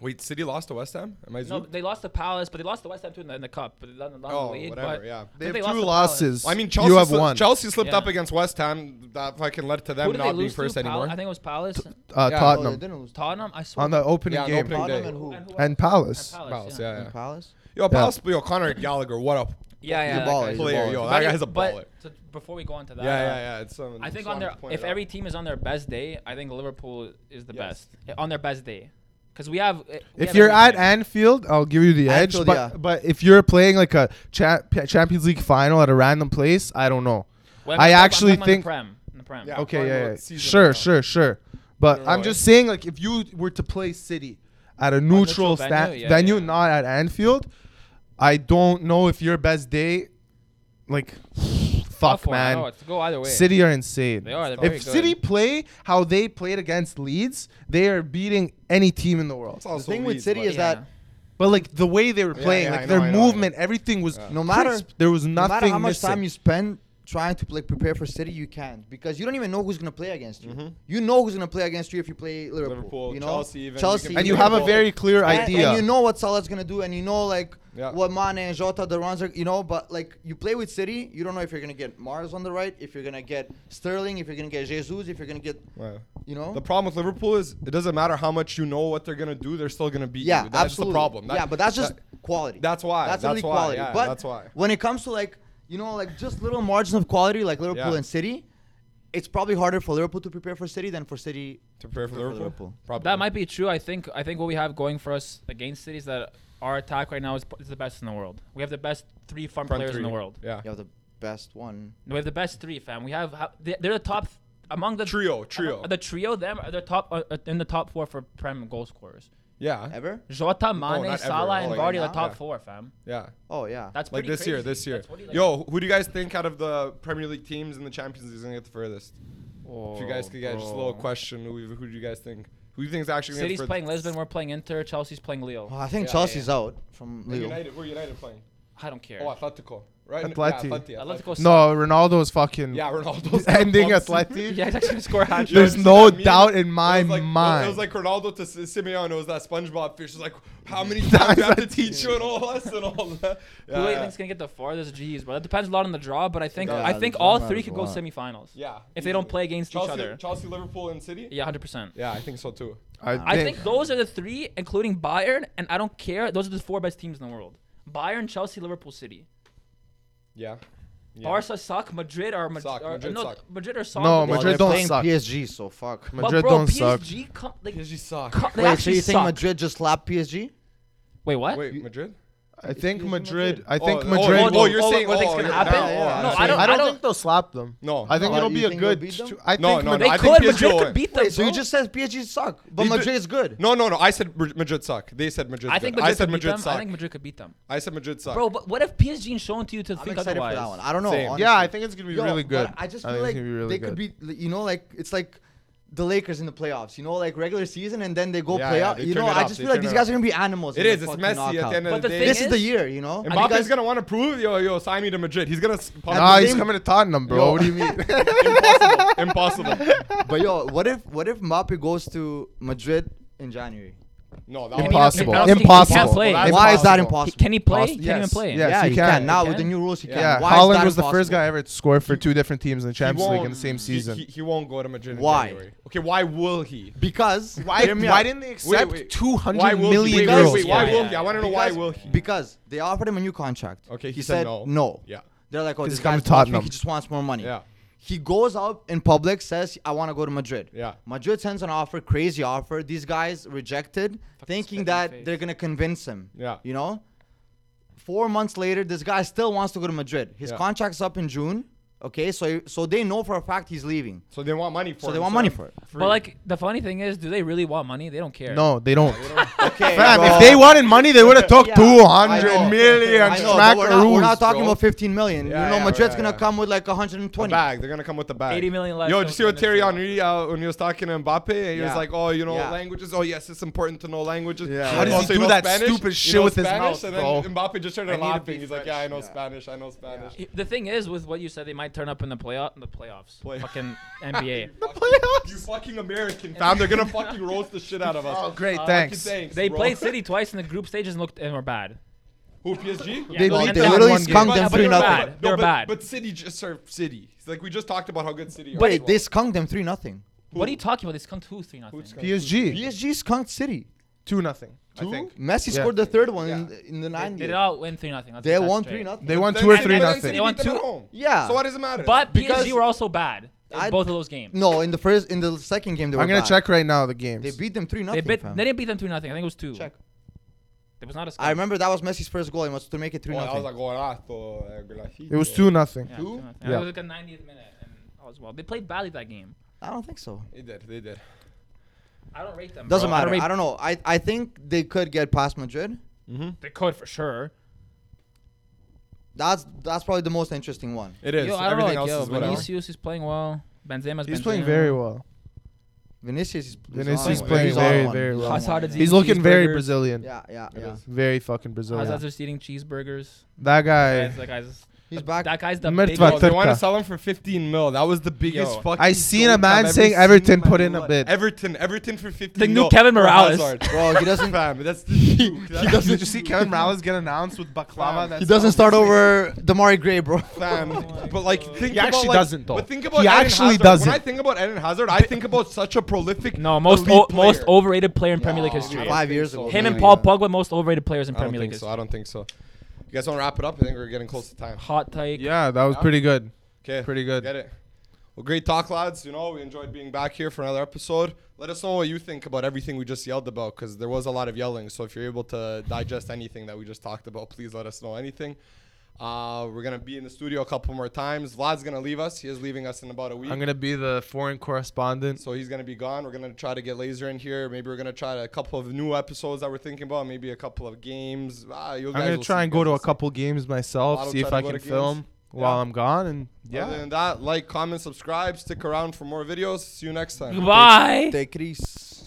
Speaker 2: wait, City lost to West Ham? Am I
Speaker 3: No,
Speaker 2: zoom?
Speaker 3: they lost to Palace, but they lost to West Ham too in the, in the cup. But not, not in
Speaker 2: Oh,
Speaker 3: the league,
Speaker 2: whatever,
Speaker 3: but-
Speaker 2: yeah.
Speaker 3: but
Speaker 4: They have
Speaker 3: lost
Speaker 4: two
Speaker 3: to Palace.
Speaker 4: losses.
Speaker 2: I mean, Chelsea,
Speaker 4: you have
Speaker 2: sli-
Speaker 4: one.
Speaker 2: Chelsea slipped
Speaker 3: Yeah.
Speaker 2: up against West Ham. That fucking led to
Speaker 3: Who
Speaker 2: them
Speaker 3: did they
Speaker 2: not being
Speaker 3: lose
Speaker 2: first
Speaker 3: to? Pal-
Speaker 2: anymore.
Speaker 3: I think it was Palace, and
Speaker 4: uh,
Speaker 2: Yeah.
Speaker 1: no, Oh, they
Speaker 4: Tottenham
Speaker 1: didn't lose.
Speaker 3: Tottenham. I swear.
Speaker 4: on the opening
Speaker 2: Yeah, on the
Speaker 4: game
Speaker 2: opening
Speaker 1: Tottenham
Speaker 2: day.
Speaker 1: and who?
Speaker 3: who
Speaker 4: and
Speaker 3: else?
Speaker 4: Palace.
Speaker 3: And
Speaker 2: Palace,
Speaker 3: yeah.
Speaker 2: yeah.
Speaker 1: And Palace.
Speaker 2: Yo, Palace, yo, Conor Gallagher, what up?
Speaker 3: Yeah, yeah.
Speaker 1: He's a
Speaker 3: that
Speaker 1: baller,
Speaker 3: guy's
Speaker 1: he's a
Speaker 2: Player,
Speaker 1: baller.
Speaker 2: yo,
Speaker 3: But
Speaker 2: that
Speaker 3: it-
Speaker 2: guy's a
Speaker 3: but
Speaker 2: baller.
Speaker 3: to- before we go on to that,
Speaker 2: Yeah, yeah,
Speaker 3: uh,
Speaker 2: yeah. It's, um,
Speaker 3: I think
Speaker 2: just
Speaker 3: on
Speaker 2: wanted
Speaker 3: their
Speaker 2: to point
Speaker 3: if
Speaker 2: it out.
Speaker 3: every team is on their best day, I think Liverpool is the
Speaker 2: Yes.
Speaker 3: best Yeah, on their best day. Because we have eh, we
Speaker 4: If
Speaker 3: have
Speaker 4: you're at
Speaker 3: everything.
Speaker 4: Anfield, I'll give you the edge.
Speaker 1: Anfield,
Speaker 4: but
Speaker 1: yeah.
Speaker 4: but if you're playing like a cha- p- Champions League final at a random place, I don't know. I
Speaker 3: Well, I'm talking- I'm
Speaker 4: actually
Speaker 3: talking on the
Speaker 4: think. Oh,
Speaker 3: Prem, on the Prem.
Speaker 2: Yeah.
Speaker 4: Okay,
Speaker 2: final
Speaker 4: yeah, yeah.
Speaker 2: season
Speaker 4: sure,
Speaker 2: right now.
Speaker 4: sure, sure. But
Speaker 2: don't
Speaker 4: I'm
Speaker 2: know,
Speaker 4: just saying, like, if you were to play City at a neutral,
Speaker 6: neutral
Speaker 4: sta- venue,
Speaker 6: venue, yeah, yeah.
Speaker 4: not at Anfield, I don't know if your best day, like, fuck,
Speaker 6: Tough one, I
Speaker 4: man.
Speaker 6: know, it's go either way.
Speaker 4: City are insane.
Speaker 6: They are, they're very
Speaker 4: if City
Speaker 6: good.
Speaker 4: play how they played against Leeds, they are beating any team in the world.
Speaker 2: It's also
Speaker 1: The thing with
Speaker 2: Leeds,
Speaker 1: City
Speaker 2: but-
Speaker 1: is that
Speaker 4: But like the way they were
Speaker 2: Yeah,
Speaker 4: playing,
Speaker 2: yeah,
Speaker 4: like
Speaker 2: I
Speaker 4: their
Speaker 2: know, I know, I know.
Speaker 4: movement, everything was
Speaker 2: Yeah.
Speaker 1: No matter-
Speaker 4: crisp. There was
Speaker 1: no
Speaker 4: nothing.
Speaker 1: matter how much
Speaker 4: missing.
Speaker 1: time you spend trying to like prepare for City, you can't because you don't even know who's gonna play against you. You know who's gonna play against you if you play Liverpool.
Speaker 2: Mm-hmm. Liverpool,
Speaker 1: you know?
Speaker 2: Chelsea even, you
Speaker 1: Chelsea,
Speaker 2: can
Speaker 4: and you have a
Speaker 2: Liverpool.
Speaker 4: very clear
Speaker 1: And-
Speaker 4: idea.
Speaker 1: And you know what Salah's gonna do, and you know like
Speaker 2: Yeah.
Speaker 1: what Mane and Jota, the runs are, you know. But like you play with City, you don't know if you're gonna get Mars on the right, if you're gonna get Sterling, if you're gonna get Jesus, if you're gonna get,
Speaker 2: Yeah.
Speaker 1: you know.
Speaker 2: The problem with Liverpool is it doesn't matter how much you know what they're gonna do, they're still gonna beat
Speaker 1: yeah,
Speaker 2: you. That's
Speaker 1: absolutely.
Speaker 2: the problem. That-
Speaker 1: yeah, but that's just
Speaker 2: that-
Speaker 1: quality.
Speaker 2: that's why.
Speaker 1: That's,
Speaker 2: That's
Speaker 1: only
Speaker 2: why,
Speaker 1: quality.
Speaker 2: yeah,
Speaker 1: but
Speaker 2: that's why.
Speaker 1: when it comes to like you know like just little margins of quality like Liverpool
Speaker 2: Yeah.
Speaker 1: and City, it's probably harder for Liverpool to prepare for City than for City.
Speaker 2: to prepare for
Speaker 1: Prepare for
Speaker 2: Liverpool.
Speaker 1: Liverpool.
Speaker 2: Probably.
Speaker 3: That might be true. I think I think what we have going for us against cities that our attack right now is, is the best in the world. We have the best three front,
Speaker 2: Front
Speaker 3: players in the
Speaker 2: three.
Speaker 3: world.
Speaker 2: Yeah.
Speaker 1: You have the best one.
Speaker 3: We have the best three, fam. We have ha- they- they're the top th- among the
Speaker 2: Trio,
Speaker 3: among-
Speaker 2: trio.
Speaker 3: the trio. Them are the top uh, uh, in the top four for prem goal scorers.
Speaker 2: Yeah.
Speaker 1: Ever?
Speaker 3: Jota, Mane,
Speaker 2: not ever.
Speaker 3: Salah,
Speaker 2: Oh,
Speaker 3: and
Speaker 2: yeah.
Speaker 3: Vardy are the
Speaker 1: Yeah.
Speaker 3: top four, fam.
Speaker 2: Yeah.
Speaker 1: Oh yeah.
Speaker 3: That's
Speaker 2: Like
Speaker 3: pretty
Speaker 2: this year,
Speaker 3: crazy.
Speaker 2: this year.
Speaker 3: That's what he, like-
Speaker 2: Yo, who do you guys think out of the Premier League teams in the Champions League is gonna get the furthest? if you guys could get just a
Speaker 4: Oh.
Speaker 2: little
Speaker 3: bro.
Speaker 2: question, who, who do you guys think? Who do you think is actually gonna get
Speaker 3: City's
Speaker 2: the
Speaker 3: playing
Speaker 2: furthest?
Speaker 3: Lisbon. We're playing Inter. Chelsea's playing Leo.
Speaker 1: Oh, I think
Speaker 2: Yeah,
Speaker 1: Chelsea's out from
Speaker 2: And
Speaker 1: Lille.
Speaker 2: United, who are United playing?
Speaker 3: I don't care.
Speaker 2: Oh, Atletico. Right? N-
Speaker 4: Atleti.
Speaker 2: Yeah, Atleti. Atleti.
Speaker 3: Atletico.
Speaker 4: no, Ronaldo is fucking
Speaker 2: Yeah, Ronaldo's
Speaker 4: ending
Speaker 2: at
Speaker 4: Atleti.
Speaker 3: Yeah, he's actually gonna score a hat
Speaker 4: There's
Speaker 2: Yo, you
Speaker 3: trick.
Speaker 2: see
Speaker 4: no
Speaker 2: that meme?
Speaker 4: doubt in my
Speaker 2: it was like,
Speaker 4: mind.
Speaker 2: It was like Ronaldo to S- Simeone. It was that SpongeBob fish. It was like, how many times do I have to teach you and all us and all that?
Speaker 3: Who do you
Speaker 2: Yeah,
Speaker 3: think's gonna get the farthest? Geez, bro. That depends a lot on the draw, but I think
Speaker 1: Yeah,
Speaker 3: I
Speaker 1: the
Speaker 3: think
Speaker 1: draw
Speaker 3: all
Speaker 1: matters
Speaker 3: three
Speaker 1: a
Speaker 3: could go
Speaker 1: lot.
Speaker 3: semifinals.
Speaker 2: yeah.
Speaker 3: If they don't play against
Speaker 2: Chelsea,
Speaker 3: each other.
Speaker 2: Chelsea, Liverpool, and City?
Speaker 3: Yeah, hundred percent.
Speaker 2: Yeah, I think so too.
Speaker 3: I think those are the three, including Bayern, and I don't care. Those are the four best teams in the world: Bayern, Chelsea, Liverpool, City.
Speaker 2: Yeah. Yeah.
Speaker 3: Barca suck. Madrid are, Mad-
Speaker 2: Suck,
Speaker 3: are-
Speaker 2: Madrid
Speaker 3: no,
Speaker 2: suck.
Speaker 3: Oh, Madrid are soft.
Speaker 4: No,
Speaker 3: but they-
Speaker 1: Well,
Speaker 4: Madrid
Speaker 1: they're
Speaker 4: don't
Speaker 1: playing
Speaker 4: suck.
Speaker 1: PSG, so fuck.
Speaker 3: But
Speaker 4: Madrid
Speaker 3: bro,
Speaker 4: don't suck.
Speaker 3: PSG come like
Speaker 2: PSG suck.
Speaker 3: co- they
Speaker 1: Wait, so
Speaker 3: actually
Speaker 1: you think
Speaker 3: suck.
Speaker 1: Madrid just slapped PSG?
Speaker 3: Wait, what?
Speaker 2: Wait, Madrid?
Speaker 4: I think Madrid.
Speaker 1: Madrid.
Speaker 4: I think
Speaker 2: oh,
Speaker 4: Madrid.
Speaker 2: Oh,
Speaker 3: no.
Speaker 2: oh, you're
Speaker 3: Oh,
Speaker 2: saying
Speaker 3: what do you think's
Speaker 2: oh,
Speaker 3: gonna
Speaker 2: you're-
Speaker 3: happen?
Speaker 2: now, yeah,
Speaker 3: No,
Speaker 2: I'm
Speaker 3: I
Speaker 2: saying-
Speaker 3: don't- I don't-
Speaker 4: think they'll slap them.
Speaker 2: No.
Speaker 4: I think
Speaker 1: No,
Speaker 4: it'll
Speaker 1: you
Speaker 4: be a
Speaker 1: think they'll
Speaker 4: good.
Speaker 1: beat them?
Speaker 4: two- I
Speaker 2: No,
Speaker 4: think
Speaker 2: no,
Speaker 4: Madrid-
Speaker 3: they
Speaker 2: I
Speaker 3: could.
Speaker 2: think
Speaker 3: Madrid
Speaker 2: PSG
Speaker 3: could beat them.
Speaker 1: Wait, so you
Speaker 3: bro.
Speaker 1: just said PSG suck, but
Speaker 2: You did-
Speaker 1: Madrid is good.
Speaker 2: No, no, no. I said Mad- Madrid suck. They said Madrid.
Speaker 3: I think
Speaker 2: good.
Speaker 3: Madrid
Speaker 2: I said
Speaker 3: could beat
Speaker 2: Madrid
Speaker 3: them.
Speaker 2: suck.
Speaker 3: I think Madrid could beat them.
Speaker 2: I said Madrid suck.
Speaker 3: Bro, but what if PSG is shown to you to
Speaker 1: I'm
Speaker 3: think
Speaker 1: excited
Speaker 3: otherwise?
Speaker 1: for that one. I don't know.
Speaker 2: Same.
Speaker 1: honestly.
Speaker 4: Yeah, I think it's gonna be
Speaker 1: Yo,
Speaker 4: really good.
Speaker 1: but I just
Speaker 4: I
Speaker 1: feel
Speaker 4: think
Speaker 1: like
Speaker 4: it's gonna be really
Speaker 1: they
Speaker 4: good.
Speaker 1: could be, you know, like it's like the Lakers in the playoffs. You know, like regular season and then they go
Speaker 2: Yeah,
Speaker 1: play
Speaker 2: yeah,
Speaker 1: out.
Speaker 2: they
Speaker 1: You
Speaker 2: turn
Speaker 1: know,
Speaker 2: it
Speaker 1: I
Speaker 2: up,
Speaker 1: just
Speaker 2: they
Speaker 1: feel like
Speaker 2: turn
Speaker 1: these
Speaker 2: it
Speaker 1: guys
Speaker 2: up.
Speaker 1: are gonna be animals.
Speaker 2: It
Speaker 1: in the
Speaker 2: is. It's
Speaker 1: fucking
Speaker 2: Messi at
Speaker 1: knockout.
Speaker 2: the end of the
Speaker 3: But the
Speaker 2: day.
Speaker 3: thing
Speaker 1: This
Speaker 2: This
Speaker 1: is the year, you know.
Speaker 3: I
Speaker 2: Mbappe's
Speaker 3: think-
Speaker 2: gonna want to prove yo yo sign me to Madrid. He's gonna s-
Speaker 4: nah,
Speaker 1: the
Speaker 4: he's
Speaker 1: same-
Speaker 4: coming to Tottenham, bro.
Speaker 1: Yo.
Speaker 4: What do you mean?
Speaker 2: impossible.
Speaker 1: But yo, what if what if Mbappe goes to Madrid in January?
Speaker 2: No, that
Speaker 4: impossible.
Speaker 3: I don't think he can
Speaker 4: Impossible.
Speaker 3: play.
Speaker 4: That's
Speaker 1: Why is that
Speaker 4: impossible.
Speaker 1: impossible?
Speaker 3: He- Can he play?
Speaker 4: Poss-
Speaker 3: He Can't
Speaker 4: yes.
Speaker 3: even play.
Speaker 4: Yes,
Speaker 1: yeah,
Speaker 4: he
Speaker 1: he, can.
Speaker 4: can.
Speaker 1: now
Speaker 3: He
Speaker 1: with the
Speaker 3: can?
Speaker 1: new rules. He can.
Speaker 4: Yeah,
Speaker 1: Why is
Speaker 4: Holland
Speaker 1: that
Speaker 4: was the first
Speaker 1: impossible?
Speaker 4: guy ever to score for two different teams in the
Speaker 2: He
Speaker 4: Champions League in
Speaker 2: won't-
Speaker 4: the same
Speaker 2: he-
Speaker 4: season.
Speaker 2: He, he won't go to Madrid. in
Speaker 1: Why?
Speaker 2: January. Okay, why will he?
Speaker 1: Because hear me out.
Speaker 4: they
Speaker 2: accept wait.
Speaker 4: 200
Speaker 2: Why will he?
Speaker 1: million
Speaker 2: Wait, wait,
Speaker 1: euros?
Speaker 2: why
Speaker 3: Yeah,
Speaker 2: will
Speaker 3: yeah,
Speaker 2: he? I want to know why will he?
Speaker 1: Because they offered him a new contract.
Speaker 2: Okay, he
Speaker 1: he
Speaker 2: said
Speaker 1: said
Speaker 2: no.
Speaker 1: No.
Speaker 2: Yeah.
Speaker 1: They're like, oh,
Speaker 4: He's
Speaker 1: this
Speaker 4: come
Speaker 1: guy's
Speaker 4: to
Speaker 1: Tottenham.
Speaker 4: Tottenham.
Speaker 1: He just wants more money.
Speaker 2: Yeah.
Speaker 1: He goes out in public, says, I want to go to Madrid.
Speaker 2: Yeah.
Speaker 1: Madrid sends an offer, crazy offer. These guys rejected,
Speaker 3: spit in
Speaker 1: thinking
Speaker 3: the face.
Speaker 1: that they're going to convince him.
Speaker 2: Yeah.
Speaker 1: You know? Four months later, this guy still wants to go to Madrid. His
Speaker 2: Yeah.
Speaker 1: contract's up in June. Okay, so so they know for a fact he's leaving.
Speaker 2: So they want money for.
Speaker 1: So they
Speaker 2: him,
Speaker 1: want money for it.
Speaker 2: free.
Speaker 3: But like the funny thing is, do they really want money? They don't care.
Speaker 4: No, they don't.
Speaker 1: Okay,
Speaker 4: Fam,
Speaker 1: bro.
Speaker 4: if they wanted money, they would have took
Speaker 1: Yeah, I
Speaker 4: 200
Speaker 1: know.
Speaker 4: million
Speaker 1: I know, but we're not, we're not
Speaker 4: smackaroos,
Speaker 1: talking
Speaker 4: bro.
Speaker 1: about 15 million.
Speaker 2: Yeah,
Speaker 1: you know,
Speaker 2: yeah,
Speaker 1: Madrid's
Speaker 2: yeah,
Speaker 1: gonna
Speaker 2: yeah.
Speaker 1: come with like
Speaker 2: A
Speaker 1: 120.
Speaker 2: bag. They're gonna come with the bag.
Speaker 3: 80 million less
Speaker 2: Yo, did you see what
Speaker 3: tokens
Speaker 2: Terry
Speaker 3: this year.
Speaker 2: Henry uh, when he was talking to Mbappe? And he was
Speaker 1: Yeah.
Speaker 2: like, "Oh, you know
Speaker 1: Yeah.
Speaker 2: languages. Oh, yes, it's important to know languages.
Speaker 4: Yeah.
Speaker 2: He's
Speaker 4: How
Speaker 2: like,
Speaker 4: does
Speaker 2: "Oh,
Speaker 4: he
Speaker 2: so you
Speaker 4: do
Speaker 2: know
Speaker 4: that
Speaker 2: Spanish?
Speaker 4: stupid
Speaker 2: You
Speaker 4: shit
Speaker 2: know
Speaker 4: with his
Speaker 2: Spanish?"
Speaker 4: mouth,
Speaker 2: And
Speaker 4: bro?
Speaker 2: then Mbappe just started
Speaker 1: need to
Speaker 2: laughing.
Speaker 1: be
Speaker 2: He's like,
Speaker 1: French.
Speaker 2: "Yeah, I know
Speaker 1: Yeah.
Speaker 2: Spanish. I know Spanish."
Speaker 3: The thing is, with what you said, they might turn up in the playoff, in the playoffs,
Speaker 2: Play-
Speaker 3: fucking NBA.
Speaker 2: You fucking American fam. They're gonna fucking roast the shit out of us.
Speaker 4: Oh, great,
Speaker 3: Uh,
Speaker 4: thanks.
Speaker 2: Thanks,
Speaker 3: They
Speaker 2: bro.
Speaker 3: played City twice in the group stages and looked and were bad.
Speaker 2: Who PSG?
Speaker 1: They,
Speaker 3: Well,
Speaker 1: beat-
Speaker 3: and
Speaker 1: they
Speaker 3: they
Speaker 4: won
Speaker 1: literally
Speaker 4: one game.
Speaker 1: skunked
Speaker 3: Yeah,
Speaker 1: them
Speaker 3: but
Speaker 1: 3
Speaker 3: they're
Speaker 1: nothing.
Speaker 3: bad. They're
Speaker 2: but,
Speaker 3: bad.
Speaker 2: But City just are City. It's like we just talked about how good City are.
Speaker 1: Wait,
Speaker 2: as well.
Speaker 1: they skunked them 3 nothing.
Speaker 3: What are you talking about? They skunked who three nothing.
Speaker 2: Who's gonna-
Speaker 4: PSG,
Speaker 1: PSG skunked City.
Speaker 4: 2 nothing.
Speaker 2: I think.
Speaker 1: Messi
Speaker 4: Yeah.
Speaker 1: scored the third one in,
Speaker 2: Yeah.
Speaker 1: in the
Speaker 3: They
Speaker 1: 90s.
Speaker 3: did all win three nothing.
Speaker 1: They won 3 nothing.
Speaker 4: They won
Speaker 2: But
Speaker 4: 2 or
Speaker 2: then-
Speaker 4: 3
Speaker 2: but then
Speaker 4: nothing.
Speaker 2: City
Speaker 3: They won
Speaker 2: beat them
Speaker 3: two-
Speaker 2: at home.
Speaker 1: Yeah.
Speaker 2: So what does it matter?
Speaker 3: But
Speaker 1: Because-
Speaker 3: PSG were also bad in
Speaker 1: I-
Speaker 3: both of those games.
Speaker 1: No, in the first in the second game they were
Speaker 4: I'm going
Speaker 1: bad.
Speaker 4: to check right now the
Speaker 1: They
Speaker 4: games.
Speaker 1: beat them 3
Speaker 3: they
Speaker 1: nothing.
Speaker 3: bit. They didn't beat them three nothing. I think it was two.
Speaker 1: Check.
Speaker 3: It was not a. Skunk.
Speaker 1: I remember that was Messi's first goal. He was to make it 3
Speaker 2: Oh, that was
Speaker 1: nothing.
Speaker 2: like golazo, eh, golacito.
Speaker 4: It was 2 nothing.
Speaker 3: Yeah,
Speaker 2: Two?
Speaker 3: 3-0.
Speaker 4: Yeah.
Speaker 3: It was like a 90th minute and all as well. They played badly that game.
Speaker 1: I don't think so.
Speaker 2: They did. They did.
Speaker 3: I don't rate them.
Speaker 1: Doesn't
Speaker 3: bro.
Speaker 1: matter.
Speaker 3: I don't,
Speaker 1: I don't know. I, I think they could get past Madrid.
Speaker 3: They could for sure.
Speaker 1: That's that's probably the most interesting one.
Speaker 2: It is.
Speaker 3: Yo, I don't
Speaker 2: Everything
Speaker 3: know.
Speaker 2: else
Speaker 3: Like, yo,
Speaker 2: is whatever.
Speaker 3: Vinicius is playing well. Benzema's
Speaker 4: He's
Speaker 3: Benzema.
Speaker 4: playing very well.
Speaker 1: Vinicius is is
Speaker 4: Vinicius is
Speaker 1: on one.
Speaker 4: playing
Speaker 1: He's on
Speaker 4: very,
Speaker 1: one.
Speaker 4: very
Speaker 1: He's
Speaker 4: well.
Speaker 1: on one.
Speaker 3: Hazard is
Speaker 4: He's
Speaker 3: Eating
Speaker 4: looking very
Speaker 3: cheeseburgers.
Speaker 4: Brazilian.
Speaker 1: Yeah, yeah, yeah.
Speaker 4: Very fucking
Speaker 3: Hazard's
Speaker 4: Brazilian.
Speaker 3: just eating cheeseburgers.
Speaker 4: That guy.
Speaker 3: Guys, that guy's.
Speaker 1: He's
Speaker 3: that-
Speaker 1: back.
Speaker 3: That guy's the
Speaker 4: Mertva
Speaker 3: big.
Speaker 4: But
Speaker 2: Yo, they
Speaker 4: Turka.
Speaker 2: want to sell him for 15 mil. That was the biggest
Speaker 3: Yo.
Speaker 2: fucking.
Speaker 4: I seen
Speaker 2: joke
Speaker 4: a man
Speaker 2: I've ever
Speaker 4: saying
Speaker 2: seen
Speaker 4: Everton
Speaker 2: in my
Speaker 4: put in a
Speaker 2: life.
Speaker 4: bid.
Speaker 2: Everton, Everton for 15
Speaker 3: The new
Speaker 2: mil
Speaker 3: Kevin
Speaker 2: for
Speaker 3: Morales.
Speaker 2: Hazard.
Speaker 1: Bro, he doesn't.
Speaker 2: Fam, that's the joke.
Speaker 4: He
Speaker 2: That's
Speaker 4: doesn't.
Speaker 2: the
Speaker 4: Did you see Kevin Morales get announced with baklava? That's
Speaker 1: He doesn't start over Damari Gray, bro.
Speaker 2: fam. but like, think
Speaker 4: He
Speaker 2: about,
Speaker 4: actually
Speaker 2: like-
Speaker 4: doesn't, though.
Speaker 2: But think about
Speaker 4: He
Speaker 2: Eden
Speaker 4: actually
Speaker 2: Hazard.
Speaker 4: doesn't.
Speaker 2: When I think about Eden Hazard, I think about such a prolific.
Speaker 3: No, most
Speaker 2: elite
Speaker 3: o- most
Speaker 2: player.
Speaker 3: overrated player in Premier League
Speaker 2: Yeah.
Speaker 3: history.
Speaker 1: Five years ago.
Speaker 3: Him and
Speaker 1: maybe.
Speaker 3: Paul Pogba, most overrated players in
Speaker 2: I don't
Speaker 3: Premier League
Speaker 2: think so.
Speaker 3: history.
Speaker 2: I don't think so. You guys want to wrap it up? I think we're getting close to time.
Speaker 3: Hot take.
Speaker 4: Yeah, that was pretty good.
Speaker 2: Okay.
Speaker 4: Pretty good.
Speaker 2: Get it. Well, great talk, lads. You know, we enjoyed being back here for another episode. Let us know what you think about everything we just yelled about because there was a lot of yelling. So if you're able to digest anything that we just talked about, please let us know anything. Uh, we're going to be in the studio a couple more times. Vlad's going to leave us. He is leaving us in about a week.
Speaker 4: I'm gonna be the foreign correspondent.
Speaker 2: so he's going to be gone. We're going to try to get Laser in here. Maybe we're going to try a couple of new episodes that we're thinking about. Maybe a couple of games. Ah, you
Speaker 4: I'm
Speaker 2: guys
Speaker 4: gonna
Speaker 2: will
Speaker 4: try
Speaker 2: see.
Speaker 4: and
Speaker 2: You
Speaker 4: go
Speaker 2: guys
Speaker 4: to
Speaker 2: will
Speaker 4: a
Speaker 2: see.
Speaker 4: couple games myself,
Speaker 2: I'll
Speaker 4: see
Speaker 2: try
Speaker 4: if
Speaker 2: to
Speaker 4: I
Speaker 2: go
Speaker 4: can
Speaker 2: to
Speaker 4: film
Speaker 2: games.
Speaker 4: while
Speaker 2: Yeah.
Speaker 4: I'm gone, and
Speaker 2: Other
Speaker 4: yeah.
Speaker 2: than that, like, comment, subscribe, stick around for more videos. See you next time.
Speaker 3: Goodbye.
Speaker 1: Take Chris.